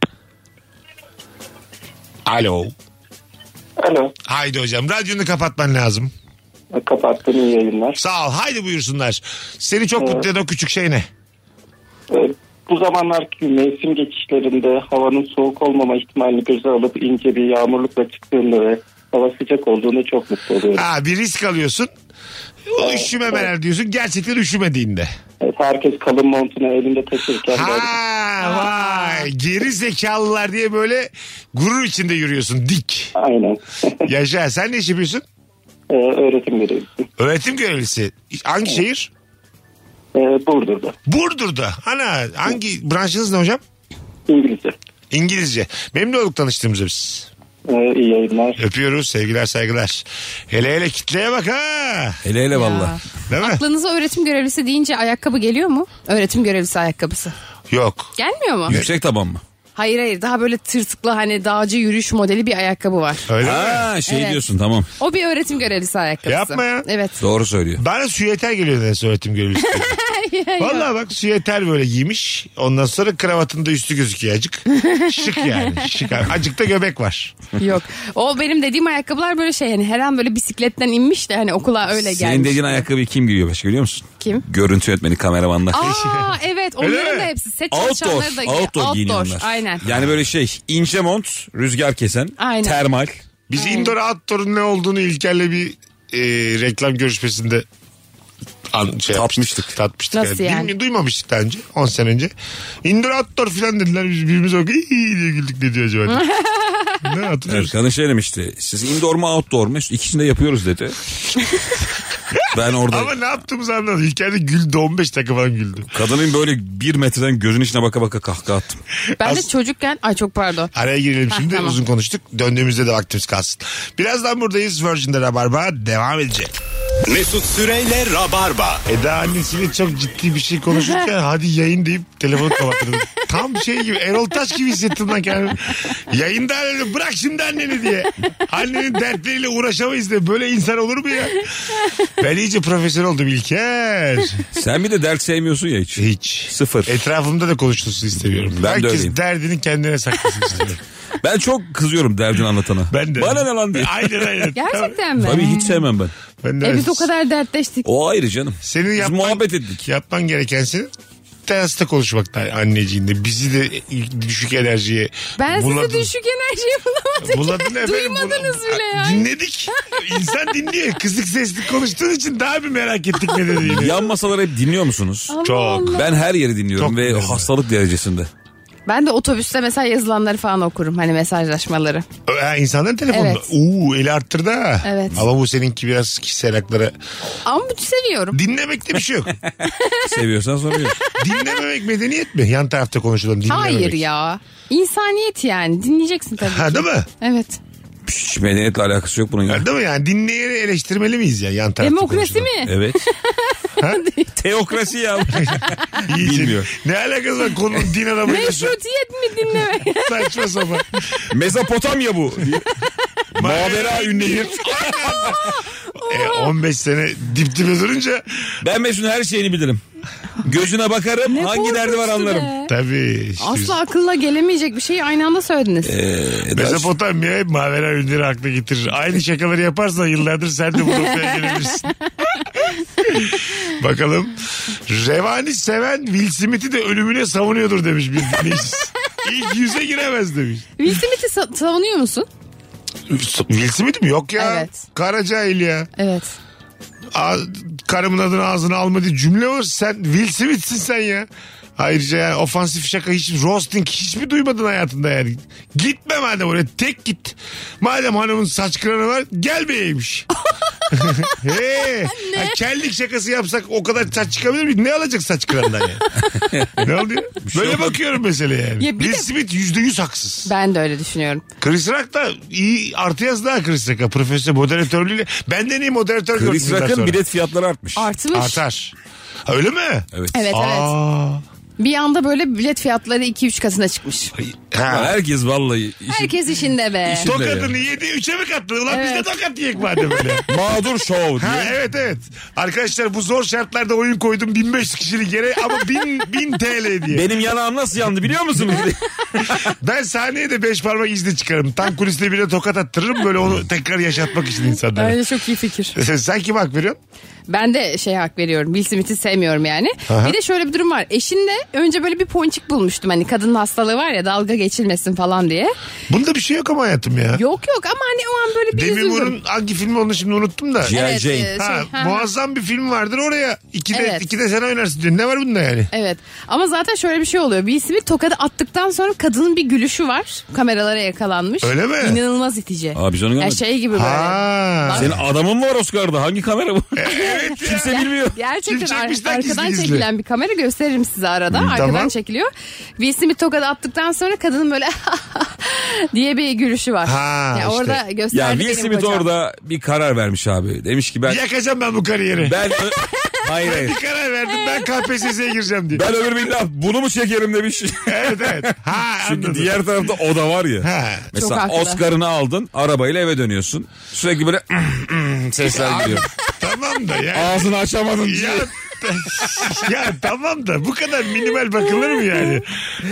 Alo.
Alo.
Haydi hocam radyonu kapatman lazım.
Kapattım iyi yayınlar.
Sağ ol. Haydi buyursunlar. Seni çok mutlu eden o küçük şey ne?
Ee, Bu zamanlarki mevsim geçişlerinde havanın soğuk olmama ihtimalini göze alıp ince bir yağmurlukla çıktığımda ve hava sıcak olduğunu çok mutlu oluyorum.
Ha, bir risk alıyorsun. O üşümemeler diyorsun. Gerçekten üşümediğinde.
Evet, herkes kalın montunu elinde taşırken böyle
Ha vay. Geri zekalılar diye böyle gurur içinde yürüyorsun. Dik.
aynen
Yaşa sen ne iş yapıyorsun?
Ee, öğretim veriyorum.
Öğretim görevlisi. Hangi şehir?
Ee, Burdur'da
Burdur'da. Ana hangi branşınız ne hocam?
İngilizce.
İngilizce. Memnun olduk tanıştığımıza biz.
Ee, iyi yayınlar.
Öpüyoruz sevgiler saygılar. Hele hele kitleye bak ha.
Hele hele valla.
Değil mi?
Aklınıza öğretim görevlisi deyince ayakkabı geliyor mu? Öğretim görevlisi ayakkabısı.
Yok.
Gelmiyor mu?
Yüksek taban mı?
Hayır hayır daha böyle tırtıklı hani dağcı yürüyüş modeli bir ayakkabı var.
Öyle mi?
Ha şey
Evet.
diyorsun tamam.
O bir öğretim görevlisi ayakkabısı.
Yapma ya.
Evet.
Doğru söylüyor.
Bana süyeter geliyor nedense öğretim görevlisi. Vallahi bak süyeter böyle giymiş. Ondan sonra kravatında üstü gözüküyor acık. Şık yani. Şık. abi. Acık da göbek var.
Yok. O benim dediğim ayakkabılar böyle şey hani her an böyle bisikletten inmiş de hani okula öyle gelmiş.
Senin dediğin ayakkabıyı kim giyiyor başka biliyor musun?
Kim?
Görüntü yönetmeni kameramanlar.
Aa evet onların da hepsi set
Outdoor,
çalışanları da giyiyor.
outdoor giyiniyorlar.
Aynen.
Yani böyle şey ince mont, rüzgar kesen,
Aynen.
termal.
Biz indoor outdoor'un ne olduğunu İlker'le bir e, reklam görüşmesinde an, şey
Tatmıştık.
Tatmıştık.
Nasıl yani?
Bilmi- duymamıştık daha önce. 10 sene önce. Indoor outdoor falan dediler. Biz birbirimize bakıp iyi diye güldük ne diyor acaba? diye. ne hatırlıyor musun?
Erkan'ın şey demişti. Siz indoor mu outdoor mu? İkisini de yapıyoruz dedi. ben orada
Ama ne yaptığımızı anladım. İlker de güldü 15 dakika falan güldü.
kadının böyle bir metreden gözün içine baka baka kahkaha attım.
Ben de çocukken ay çok pardon.
Araya girelim şimdi.
tamam.
Uzun konuştuk. Döndüğümüzde de vaktimiz kalsın. Birazdan buradayız. Virgin'de Rabarba devam edecek.
Mesut Süreyle Rabarba.
Eda annesiyle çok ciddi bir şey konuşurken hadi yayın deyip telefonu kapattırdım. Tam şey gibi Erol Taş gibi hissettim lan kendimi. Yayında anneni bırak şimdi anneni diye. Annenin dertleriyle uğraşamayız diye. Böyle insan olur mu ya? Ben iyice profesör oldum İlker.
Sen bir de dert sevmiyorsun ya hiç.
Hiç.
Sıfır.
Etrafımda da konuşulsun istemiyorum.
Ben de
Herkes
öyleyim.
derdini kendine saklasın istiyorum.
Ben çok kızıyorum derdini anlatana.
Ben de.
Bana ne lan diye.
Aynen aynen.
Gerçekten mi?
Tabii hiç sevmem ben.
Ben de
E
öyle.
biz o kadar dertleştik.
O ayrı canım.
Senin
Biz
yapman-
muhabbet ettik.
Yapman gereken senin terasta konuşmak da anneciğinle. Bizi de düşük enerjiye
Ben
buladın.
sizi düşük enerjiye bulamadım.
Buladın efendim.
Duymadınız
Bula-
bile
A-
yani.
Dinledik. İnsan dinliyor. Kızık sesli konuştuğun için daha bir merak ettik ne dediğini.
Yan masaları hep dinliyor musunuz?
Allah
Çok.
Allah.
Ben her yeri dinliyorum
Çok
ve
dinliyorum.
hastalık derecesinde.
Ben de otobüste mesela yazılanları falan okurum. Hani mesajlaşmaları.
Ha, İnsanların E, telefonunda.
Evet.
Uuu eli arttırdı ha.
Evet.
Ama bu seninki biraz kişisel haklara.
Ama bu seviyorum.
Dinlemekte bir şey yok.
Seviyorsan soruyor.
Dinlememek medeniyet mi? Yan tarafta konuşalım dinlememek.
Hayır ya. İnsaniyet yani. Dinleyeceksin tabii.
Ha
ki.
değil mi?
Evet.
Hiç medeniyetle alakası yok bunun ya.
Ha, değil mi yani? Dinleyeni eleştirmeli miyiz ya yan tarafta
Demokrasi
konuşalım?
mi?
Evet. Teokrasi ya.
İyice-
Bilmiyor.
Ne alakası var konunun din adamıyla?
Meşrutiyet mi dinleme?
Saçma sapan.
Mezopotamya bu. Mavera ünlüyüm.
E, 15 sene dip dibe durunca
Ben Mesut'un her şeyini bilirim. Gözüne bakarım hangi derdi var
korkunçtu
anlarım.
be.
tabii. Işte
Asla akılla gelemeyecek bir şeyi aynı anda söylediniz.
Ee,
Mezopotamya hep Mavera Ünlü'nü akla getirir. Aynı şakaları yaparsan yıllardır sen de bu noktaya gelebilirsin. Bakalım. Revani seven Will Smith'i de ölümüne savunuyordur demiş bir dinleyicimiz. İlk yüze giremez demiş.
Will Smith'i sa- savunuyor musun?
Will Smith mi? Yok ya.
Evet.
Karacahil ya.
Evet.
A- karımın adını ağzına alma diye cümle var. Sen Will Smith'sin sen ya. Ayrıca yani ofansif şaka hiç roasting hiç mi duymadın hayatında yani? Gitme madem oraya tek git. Madem hanımın saç kıranı var gel beyeymiş. He, ha, kellik şakası yapsak o kadar saç çıkabilir miyiz? Ne alacak saç kırandan yani? ne oluyor? Böyle bakıyorum meseleye yani.
Ya bir
Will
de-
Smith yüzde yüz haksız.
Ben de öyle düşünüyorum.
Chris Rock da iyi artı yaz daha Chris Rock'a. Profesör moderatörlüğüyle. Benden iyi moderatör
Chris
gördüm bundan
Rock'ın
sonra.
bilet fiyatları artmış.
Artmış.
Artar. Ha, Öyle mi?
Evet.
Evet evet.
Aa.
Bir anda böyle bilet fiyatları 2-3 katına çıkmış.
Ya
Ha.
Herkes vallahi işi-
Herkes işinde be.
İşin-
Tokadını yedi üçe mi kattı? Ulan biz
Evet.
de tokat yiyek madem öyle.
mağdur şov
Ha
diye.
evet evet. Arkadaşlar bu zor şartlarda oyun koydum 1500 kişilik yere ama 1000, 1000 TL diye.
Benim yanağım nasıl yandı biliyor musunuz?
Ben sahneye de 5 parmak izle çıkarım. Tam kuliste birine tokat attırırım böyle onu tekrar yaşatmak için insanlara.
Öyle çok iyi fikir.
Sen, sen kim hak veriyorsun?
Ben de şey hak veriyorum. Will Smith'i sevmiyorum yani.
Aha.
Bir de şöyle bir durum var. Eşinle önce böyle bir ponçik bulmuştum. Hani kadının hastalığı var ya dalga geçilmesin falan diye.
Bunda bir şey yok ama hayatım ya.
Yok yok ama hani o an böyle bir
Demi
üzüldüm.
Moore'un hangi filmi onu şimdi unuttum da.
G.I.
Evet,
Jane.
e, şey,
Ha,
ha.
muazzam bir film vardır oraya. İkide,
Evet.
ikide sen oynarsın diyor. Ne var bunda yani?
Evet ama zaten şöyle bir şey oluyor. Will Smith tokadı attıktan sonra kadının bir gülüşü var. Kameralara yakalanmış.
Öyle mi?
İnanılmaz itici.
Aa, biz onu
yani
görmedik.
şey gibi böyle.
Ha.
Senin adamın var Oscar'da hangi kamera bu?
Evet ya.
Kimse bilmiyor.
Gerçekten
Kim
ar-
çekmişler
arkadan
gizli gizli?
çekilen bir kamera gösteririm size arada. arkadan
tamam.
çekiliyor. Will Smith tokadı attıktan sonra kadının böyle diye bir gülüşü var.
Ha,
Ya
işte.
Orada gösterdi
Ya Will
benim
Smith
kocam.
orada bir karar vermiş abi. Demiş ki ben...
Yakacağım ben bu kariyeri.
ben hayır hayır.
Bir karar verdim ben KPSS'ye gireceğim diye.
Ben ömür billah bunu mu çekerim demiş.
Evet evet. Ha
Çünkü
anladım.
diğer tarafta o da var ya.
Ha.
Mesela
haklı.
Oscar'ını aldın arabayla eve dönüyorsun. Sürekli böyle sesler gidiyor.
Tamam da ya.
Ağzını açamadın.
ya, ya tamam da bu kadar minimal bakılır mı yani?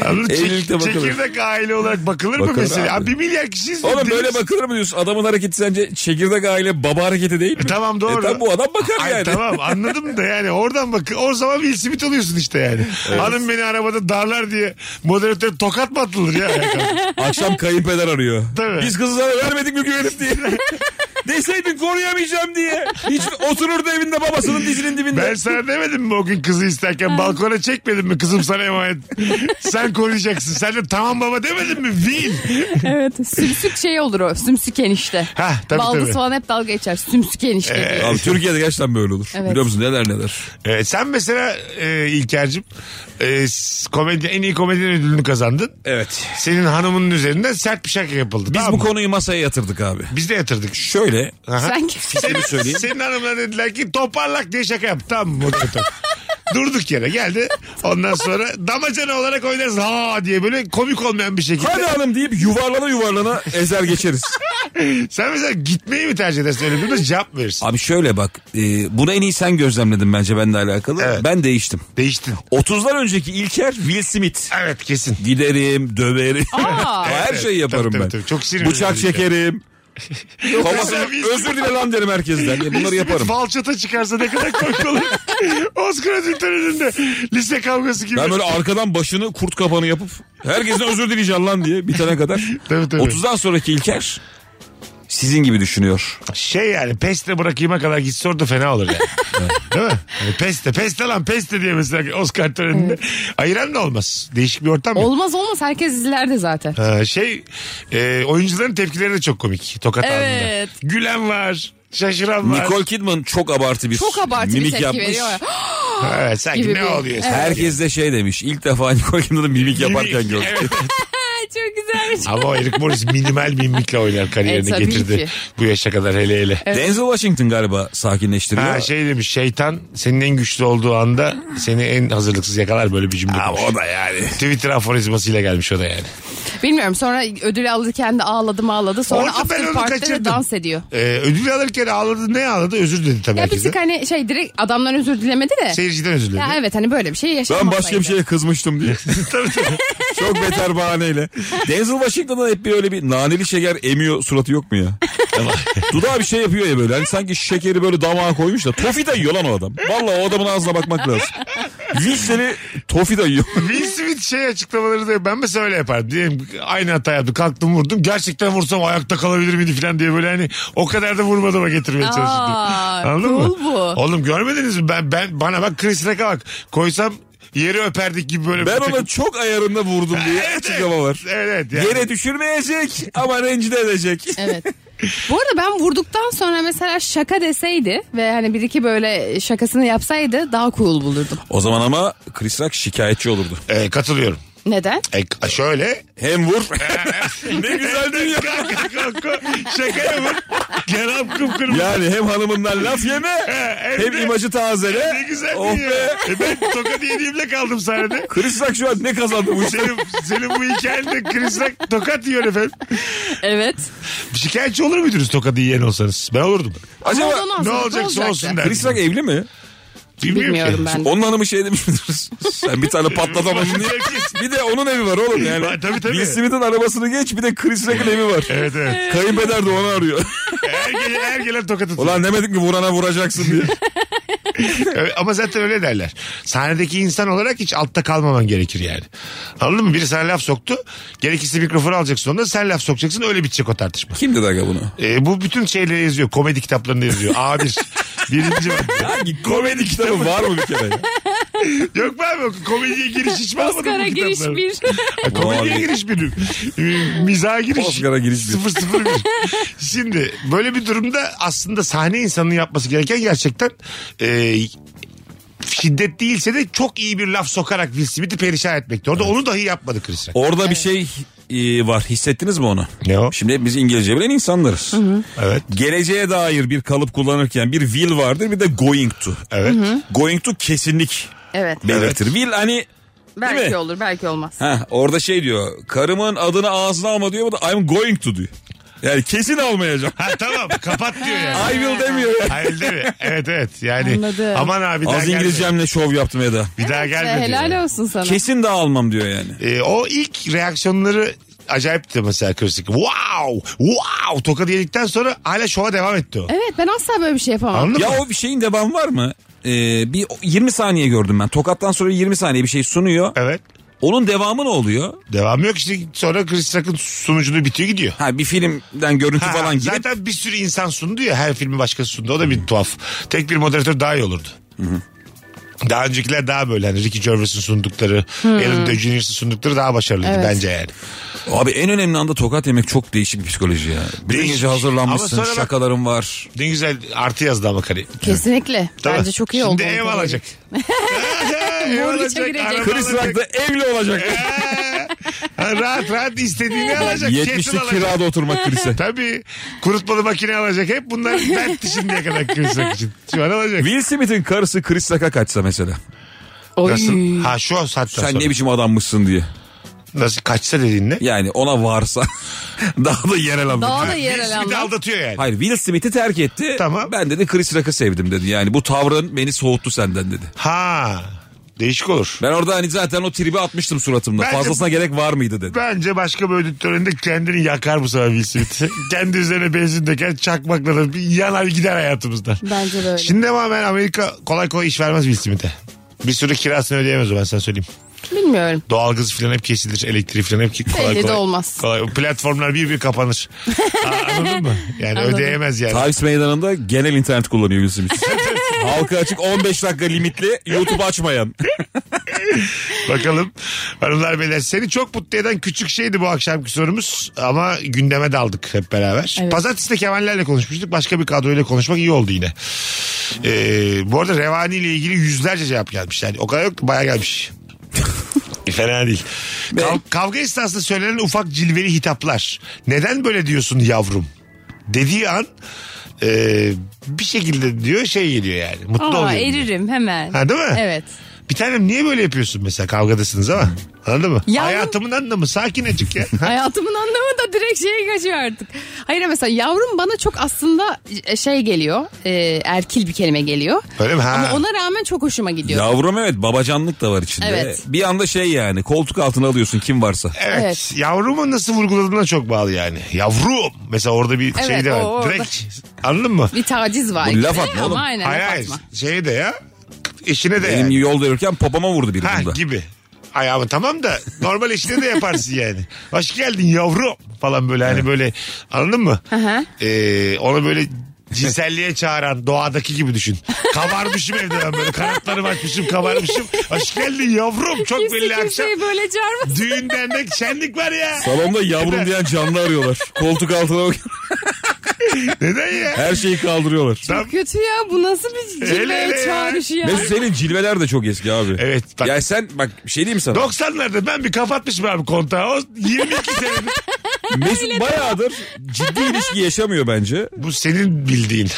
Anladın, çek-
Evlilikte bakılır.
Çekirdek aile olarak bakılır mı
Bakılır
mesela?
abi.
Abi. bir milyar kişiyiz.
Oğlum böyle
Deniz-
bakılır mı diyorsun? Adamın hareketi sence çekirdek aile baba hareketi değil mi?
E, tamam doğru.
E, tam bu adam bakar
Ay,
yani.
Tamam anladım da yani oradan bak o zaman Will Smith oluyorsun işte yani. Hanım beni arabada darlar diye moderatör tokat mı atılır ya?
Akşam kayınpeder arıyor.
Tabii.
Biz kızlara vermedik mi güvenip diye. Deseydin koruyamayacağım diye. Hiç otururdu evinde babasının dizinin dibinde.
ben sana demedim mi o gün kızı isterken balkona çekmedim mi kızım sana emanet. Sen koruyacaksın. Sen de tamam baba demedin mi? Will.
Evet sümsük şey olur o sümsük enişte.
Hah, tabii, Ee,
Baldız
tabii.
falan hep dalga geçer sümsük enişte. diye.
Abi Türkiye'de gerçekten böyle olur.
Evet.
Biliyor musun neler neler.
Ee, sen mesela e, İlker'cim e, s- komedi, en iyi komedyen ödülünü kazandın.
Evet.
Senin hanımının üzerinden sert bir şaka yapıldı.
Biz
tamam
bu
mı?
konuyu masaya yatırdık abi.
Biz de yatırdık.
Şöyle
Aha.
Sen kimsin?
bir söyleyeyim.
Senin hanımlar dediler ki toparlak diye şaka yap. Tamam mı? moderatör? Durduk yere geldi. Ondan sonra damacana olarak oynarsın ha diye böyle komik olmayan bir şekilde.
Hadi hanım deyip yuvarlana yuvarlana ezer geçeriz.
Sen mesela gitmeyi mi tercih edersin öyle bir durumda? cevap verirsin.
Abi şöyle bak e, bunu en iyi sen gözlemledin bence benimle alakalı.
Evet.
Ben değiştim.
Değiştin.
30'lar önceki İlker Will Smith.
Evet kesin.
Giderim, döverim.
Aa.
Her
Evet,
şeyi yaparım
tabii,
ben.
tabii, tabii. Çok sinirli
Bıçak
bir İlker.
çekerim. Babasına
Mesela Will
özür dile lan derim herkesten. Ya Bunları yaparım.
Falçata çıkarsa ne kadar komik olur. Oscar ödül töreninde lise kavgası gibi.
Ben böyle arkadan başını kurt kapanı yapıp herkesten özür dileyeceğim lan diye bitene kadar.
Tabii, tabii.
30'dan sonraki İlker sizin gibi düşünüyor.
Şey yani peste bırakayıma kadar gitse orada fena olur yani. Değil mi? Yani peste peste lan peste diye mesela Oscar töreninde. Ayıran da olmaz. Değişik bir ortam. ya.
Olmaz olmaz herkes izlerdi zaten.
Ha, şey e, oyuncuların tepkileri de çok komik. Tokat
Evet.
anında. Gülen var. Şaşıran var.
Nicole Kidman çok abartı bir
Çok abartı
mimik
bir tepki
yapmış.
veriyor ya.
Evet, sanki
gibi
ne
bir-
oluyor?
Evet.
Herkes de şey demiş. İlk defa Nicole Kidman'ın mimik yaparken gördüm.
Evet.
Çok güzelmiş.
Ama o Eric Morris minimal mimikle oynar kariyerini
E, tabii
getirdi.
ki.
Bu yaşa kadar hele hele.
Denzel Washington galiba
E,
sakinleştiriyor.
Ha, şey demiş şeytan senin en güçlü olduğu anda seni en hazırlıksız yakalar böyle bir cümle.
Abi
kurmuş.
o da yani.
Twitter aforizmasıyla gelmiş o da yani.
Bilmiyorum sonra ödül alırken de ağladı mı ağladı. Sonra
Orada ben
after
onu
parkta
kaçırdım.
da dans ediyor.
Ee, ödül alırken ağladı ne Şey, ağladı özür dedi tabii
Ya bir
herkese.
tık hani şey direkt adamdan özür dilemedi de.
Seyirciden özür diledi.
ya evet hani böyle bir şey yaşamasaydı.
Ben başka bir şeye kızmıştım diye.
Tabii, tabii.
Çok beter bahaneyle. Denzel Washington'ın hep bir öyle bir naneli şeker emiyor suratı yok mu ya? Dudağı bir şey yapıyor ya böyle. Hani sanki şekeri böyle damağa koymuş da. Tofi de yiyor lan o adam. Vallahi o adamın ağzına bakmak lazım. Vişleri tofi de yiyor.
Will Smith şey açıklamaları da ben mesela öyle yapardım. Diyelim aynı hata yaptım kalktım vurdum. Gerçekten vursam ayakta kalabilir miydi falan diye böyle hani o kadar da vurmadığıma getirmeye çalıştım.
Aa,
Anladın mı?
cool bu.
Oğlum görmediniz mi? Ben, ben bana bak Chris Rock'a bak. Koysam yeri öperdik gibi böyle.
Ben
bir takım-
ona çok ayarında vurdum diye
Evet,
açıklama var.
Evet evet. Yani.
Yere düşürmeyecek ama rencide edecek.
Evet. Bu arada ben vurduktan sonra mesela şaka deseydi ve hani bir iki böyle şakasını yapsaydı daha cool bulurdum.
O zaman ama Chris Rock şikayetçi olurdu.
Ee, katılıyorum.
Neden?
E, şöyle.
Hem vur. ne güzel dünya.
Kalk, kalk, kalk. Şakaya bak. Kerem kıpkırmızı.
Yani hem hanımından laf yeme
hem
hem
de-
imajı tazele.
Ne güzel
Oh
dünya.
be.
E ben tokat yediğimle kaldım sahnede.
Chris Rock şu an ne kazandı bu işe?
Senin, senin bu hikayende Chris Rock tokat yiyor efendim.
Evet.
Şikayetçi olur muydunuz tokadı yiyen olsanız? Ben olurdum.
Acaba
Ondan sonra
ne olacaksa
olacaktı?
olsun derdim.
Chris Rock evli mi?
Bilmiyorum
Bilmiyorum
ki.
ben.
Onun hanımı şey demiş midir? Sen bir tane patlatamadın diye. Bir de onun evi var oğlum yani.
Ha, tabii, tabii.
Will Smith'in arabasını geç bir de Chris Rock'ın evi var.
Evet evet.
Kayınpeder de onu arıyor.
Her, gelen, her gelen tokat atıyor.
Ulan demedik mi vurana vuracaksın diye.
Ö- Ama zaten öyle derler. Sahnedeki insan olarak hiç altta kalmaman gerekir yani. Anladın mı? Biri sana laf soktu. Gerekirse mikrofonu alacaksın onda sen laf sokacaksın öyle bitecek o tartışma.
Kim dedi aga bunu?
E, bu bütün şeyleri yazıyor. Komedi kitaplarında yazıyor. A1. Birinci madde.
Hangi komedi kitabı var mı bir kere?
Yok ben mi? Komediye giriş hiç mi almadın bu
Oscar'a giriş
kitapları?
bir.
Ha, Komediye
Vay.
giriş bir. Ee, Mizaha giriş.
Oscar'a giriş bir.
001. Şimdi böyle bir durumda aslında sahne insanının yapması gereken gerçekten e, şiddet değilse de çok iyi bir laf sokarak Will Smith'i perişan etmekti. Orada onu dahi yapmadı Chris Rock.
Orada bir şey e, var. Hissettiniz mi onu?
Ne o?
Şimdi hep biz İngilizce bilen insanlarız.
Evet.
Geleceğe dair bir kalıp kullanırken bir will vardır bir de going to.
Evet.
Going to kesinlik
Evet.
belirtir. Will hani Değil mi?
Belki olur belki olmaz.
ha, orada şey diyor. Karımın adını ağzına alma diyor. Bu da I'm going to diyor. Yani kesin almayacağım.
Ha tamam kapat diyor yani.
I will demiyor ya.
Hayır değil mi? Evet evet yani.
Anladım.
Aman abi bir daha
Az
gelme.
İngilizcemle şov yaptım Eda.
Bir daha
Ve
gelme diyor.
helal olsun sana.
Kesin daha almam diyor yani.
E, o ilk reaksiyonları acayipti mesela Chris Rock. Wow! Wow! Tokadı yedikten sonra hala şova devam etti o.
Evet ben asla böyle bir şey yapamam.
Anladın mı?
Ya o bir şeyin devamı var mı? Ee, bir 20 saniye gördüm ben. Tokattan sonra 20 saniye bir şey sunuyor.
Evet.
Onun devamı ne oluyor?
Devamı yok işte sonra Chris Rock'ın sunuculuğu bitiyor gidiyor.
Ha bir filmden görüntü
Ha,
falan gidip
zaten bir sürü insan sundu ya her filmi başkası sundu o da bir tuhaf. Tek bir moderatör daha iyi olurdu. Daha öncekiler daha böyle hani Ricky Gervais'in sundukları, Ellen DeGeneres'in sundukları daha başarılıydı
Hmm. Evet.
bence yani.
Abi en önemli anda tokat yemek çok değişik bir psikoloji ya. Bir
Değişik.
gece
Ama
hazırlanmışsın,
sonra bak-
şakaların var.
Ne güzel artı yazdı ama kare.
Kesinlikle. Bence çok iyi
Şimdi
oldu.
ev alacak. ev
Mortgage'a
alacak.
girecek.
araba
Chris
alacak.
Rock da evli olacak.
Ha, rahat rahat istediğini alacak. Kettle
70'lik
alacak.
kirada oturmak Chris'e.
Tabii kurutmalı makine alacak. Hep bunlar dertti şimdiye kadar kırsak için. Şu an alacak.
Will Smith'in karısı Chris Rock'a kaçsa mesela.
Oy.
Nasıl? Ha şu an saatten
Sen
sonra.
ne biçim adammışsın diye.
Nasıl kaçsa dediğin ne?
Yani ona varsa daha da yerel anlamda.
Daha da
Will
yerel
Smith'i
anlam.
aldatıyor yani.
Hayır Will Smith'i terk etti.
Tamam.
Ben dedi Chris Rock'ı sevdim dedi. Yani bu tavrın beni soğuttu senden dedi.
Ha değişik olur.
Ben orada hani zaten o tribi atmıştım suratımda.
Bence-
Fazlasına gerek var mıydı dedi.
Bence başka bir ödül töreninde kendini yakar bu sefer Will Smith. Kendi üzerine benzin döker çakmakla da bir yanar gider hayatımızdan.
Bence de öyle.
Şimdi ama ben Amerika kolay kolay iş vermez Will Smith'e. Bir sürü kirasını ödeyemez o ben sana söyleyeyim.
Bilmiyorum.
Doğalgazı filan hep kesilir. Elektriği filan hep ki- kolay
Belli de
kolay.
olmaz.
Kolay. Platformlar bir bir kapanır. Aa, Anladın mı? Yani
Anladım.
ödeyemez yani.
Times Meydanı'nda genel internet kullanıyor Will Smith. Halka açık 15 dakika limitli YouTube açmayan.
Bakalım hanımlar beyler. Seni çok mutlu eden küçük şeydi bu akşamki sorumuz. Ama gündeme daldık hep beraber.
Evet.
Pazartesi de Kemal'lerle konuşmuştuk. Başka bir kadroyla konuşmak iyi oldu yine. Ee, bu arada Revani ile ilgili yüzlerce cevap gelmiş. Yani o kadar yok da bayağı gelmiş. Fena değil. Kav- kavga esnasında söylenen ufak cilveli hitaplar. Neden böyle diyorsun yavrum? Dediği an e, bir şekilde diyor şey geliyor yani. Mutlu
Aa,
oluyor.
eririm hemen.
Ha, değil mi?
Evet.
Bir tanem niye böyle yapıyorsun mesela kavgadasınız ama anladın mı?
Yavrum-
Hayatımın anlamı sakin acık ya.
Hayatımın anlamı da direkt şeye kaçıyor artık. Hayır mesela yavrum bana çok aslında şey geliyor. e, erkil bir kelime geliyor.
Öyle mi? Ha.
Ama ona rağmen çok hoşuma gidiyor.
Yavrum evet babacanlık da var içinde.
Evet.
Bir anda şey yani koltuk altına alıyorsun kim varsa.
Evet.
Evet.
Yavrumu nasıl vurguladığına çok bağlı yani. Yavrum. Mesela orada bir
Evet,
şey de var.
o orada.
Direkt anladın mı?
Bir taciz var.
Bu
içinde
laf atma
ama
oğlum.
Aynen,
hayır
laf
hayır.
atma.
Şey de ya. Eşine de
Benim
yani.
yol verirken popoma vurdu biri
Ha
bunda.
gibi. Ayağımı tamam da normal eşine de yaparsın yani. Hoş geldin yavrum falan böyle hani böyle anladın mı?
hı.
Ee, onu böyle cinselliğe çağıran doğadaki gibi düşün. Kabarmışım evde ben böyle kanatlarımı açmışım kabarmışım. Hoş geldin yavrum çok belli
Kimse
akşam.
kimseyi böyle çağırmasın.
Düğün dernek şenlik var ya.
Salonda yavrum diyen canlı arıyorlar. Koltuk altına bak-
Neden ya?
her şeyi kaldırıyorlar.
Tam-
Kötü ya bu nasıl bir
Hele hele ya.
cilveye çağrışı ya.
Mesut senin cilveler de çok eski abi.
Evet, bak-
Ya sen bak bir şey diyeyim sana.
90'larda ben bir kapatmışım abi kontağı. O 22 senedir.
Mesut bayağıdır ciddi ilişki yaşamıyor bence.
Bu senin bildiğin.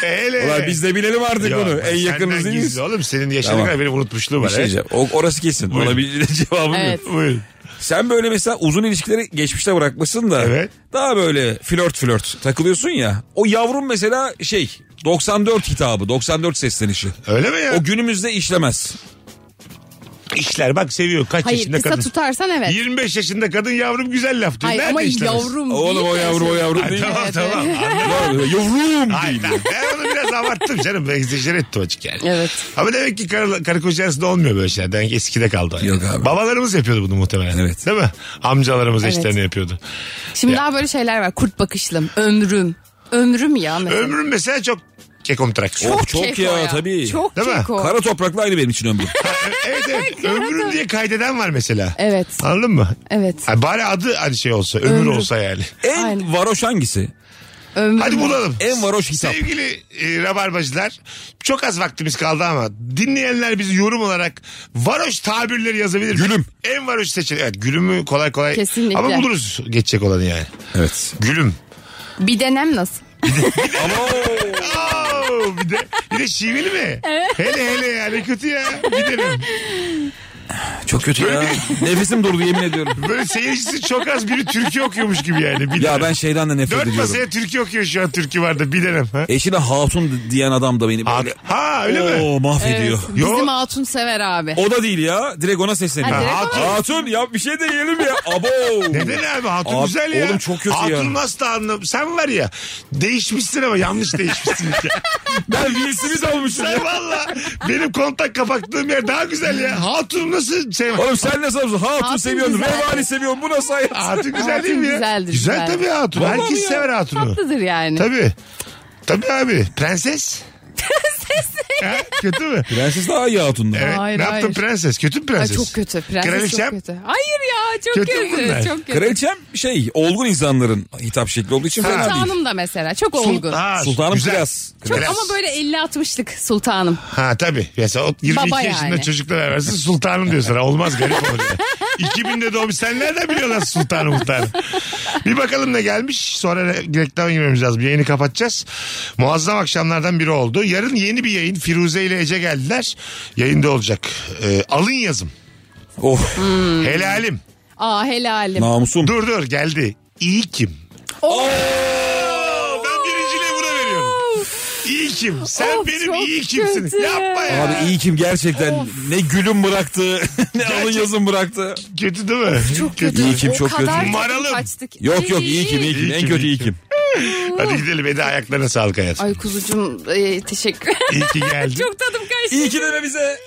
Hele.
Ulan biz de bilelim artık
Yok,
onu. En yakınınız
senden
değiliz.
gizli Oğlum senin yaşına
Tamam.
kadar benim unutmuşluğum
Bir
var.
şey
he?
diyeceğim. O, orası kesin.
Buyurun.
Ona bir cevabım
Evet.
yok.
Buyurun.
Sen böyle mesela uzun ilişkileri geçmişte bırakmışsın da.
Evet.
Daha böyle flört flört takılıyorsun ya. O yavrum mesela şey 94 hitabı 94 seslenişi.
Öyle mi ya?
O günümüzde işlemez.
İşler bak seviyor kaç
Hayır
yaşında
kısa
kadın.
tutarsan evet.
25 yaşında kadın yavrum güzel laf diyor.
Hayır
Nerede
ama
işlemez?
yavrum
Oğlum
değil
o
de-
yavrum o yavrum
Ay,
değil.
tamam
Evet,
tamam.
Yavrum
Hayır
değil.
lan, ben onu biraz biraz abarttım canım. Ben exager ettim açık yani.
Evet.
Ama demek ki karı, karı koca arasında olmuyor böyle şeyler. Demek eskide kaldı. o yani.
Yok abi.
Babalarımız yapıyordu bunu muhtemelen.
Evet.
Değil mi? Amcalarımız
Evet.
eşlerine yapıyordu.
Şimdi
Ya.
daha böyle şeyler var. Kurt bakışlım, ömrüm. Ömrüm ya mesela.
Ömrüm mesela çok kekomtrak.
Çok, çok
keko
ya, tabii.
Çok
Değil mi?
keko.
Kara toprakla aynı benim için ömrüm.
evet evet. Ömrüm diye kaydeden var mesela.
Evet.
Anladın mı?
Evet.
Ha, bari adı hani şey olsa, ömür
Ömrüm.
olsa yani.
En
Aynen.
varoş hangisi?
Ömrüm.
Hadi bulalım.
En varoş hitap.
Sevgili e, rabarbacılar çok az vaktimiz kaldı ama dinleyenler bizi yorum olarak varoş tabirleri yazabilir. mi?
Gülüm.
En varoş seçin. Evet gülümü kolay kolay.
Kesinlikle.
Ama buluruz geçecek olanı yani.
Evet.
Gülüm.
Bir denem nasıl?
Ama
Oo, bir de bir de şiveli mi? Hele hele yani kötü ya. Gidelim.
çok kötü ya. Nefesim durdu yemin ediyorum.
Böyle seyircisi çok az biri türkü okuyormuş gibi yani. Bir
Ya
dönem.
ben şeyden de nefret
Dört
ediyorum.
masaya türkü okuyor şu an türkü vardı bir dönem. Ha,
Eşine hatun diyen adam da beni
ha,
böyle
ha öyle mi?
Oo, mahvediyor.
Evet.
Yo.
Bizim Hatun sever abi.
O da değil ya. Direkt ona sesleniyor.
Ha, direkt
hatun. hatun ya bir şey de yiyelim ya. Abo.
Neden abi hatun
Abi,
güzel ya.
oğlum çok kötü
hatun
ya.
Hatun nasıl anlam? Sen var ya değişmişsin ama yanlış değişmişsin. ya.
Ben Will Smith olmuşum
Sen
ya.
valla benim kontak kapattığım yer daha güzel ya. Hatun nasıl şey
Oğlum sen ne sanıyorsun? Hatun,
Hatun
seviyorsun.
güzel.
Revani seviyorsun. Bu nasıl hayat?
Hatun güzel
Hatun
değil mi ya?
güzeldir,
güzel,
güzel.
tabii hatun.
Vallahi
Herkes
ya.
sever hatunu.
Tatlıdır yani.
Tabii. Tabii abi. Prenses. Prenses. kötü mü?
Prenses daha iyi hatundan.
Evet.
Hayır,
ne yaptın
hayır.
prenses? Kötü mü
Ay,
prenses?
çok kötü. Prenses
Kraliçem?
çok kötü. Hayır ya çok
Kötü
kötü.
bunlar.
Çok kötü.
Kraliçem şey olgun insanların hitap şekli olduğu için fena değil.
Sultanım da mesela çok olgun.
Ha,
Sultanım
güzel.
biraz.
Çok
Prens.
ama böyle 50-60'lık sultanım.
Ha tabii. Mesela o 22
Baba
yaşında
yani.
çocukla vermezsin sultanım diyor sana. Olmaz garip olur ya. 2000'de doğmuş. Sen nereden biliyorsun lan sultanı muhtarı? Bir bakalım ne gelmiş. Sonra reklam girmemiz lazım. Yayını kapatacağız. Muazzam akşamlardan biri oldu. Yarın yeni bir yayın. Firuze ile Ece geldiler. Yayında olacak. Ee, alın yazım.
Of
Helalim.
Aa helalim.
Oh, namusum.
Hmm. Dur dur geldi. İyi kim? Oo, ben birinciliği buna veriyorum. İyi kim? Sen
Of,
benim
çok
iyi kimsin.
kötü.
Yapma ya.
Abi iyi kim gerçekten ne gülüm bıraktı ne alın yazın bıraktı.
Kötü değil mi?
Çok kötü.
İyi kim, çok
o kadar
kötü.
Maralım.
kaçtık.
Yok yok iyi kim iyi kim
İyi
en
kim,
kötü
iyi
iyi kim.
Hadi gidelim. Eda ayaklarına sağlık hayatım.
Ay kuzucuğum e, teşekkür.
İyi ki geldin.
çok tadım kaçtı.
İyi ki deme bize.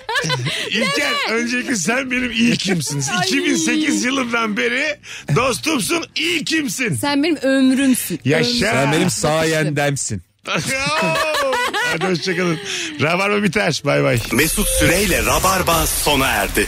İlker öncelikle sen benim iyi kimsiniz. 2008 yılından beri dostumsun iyi kimsin.
Sen benim ömrümsün.
Yaşa.
Sen benim sayendemsin.
Hadi hoşçakalın. Rabarba biter. Bay bay.
Mesut Süreyle Rabarba sona erdi.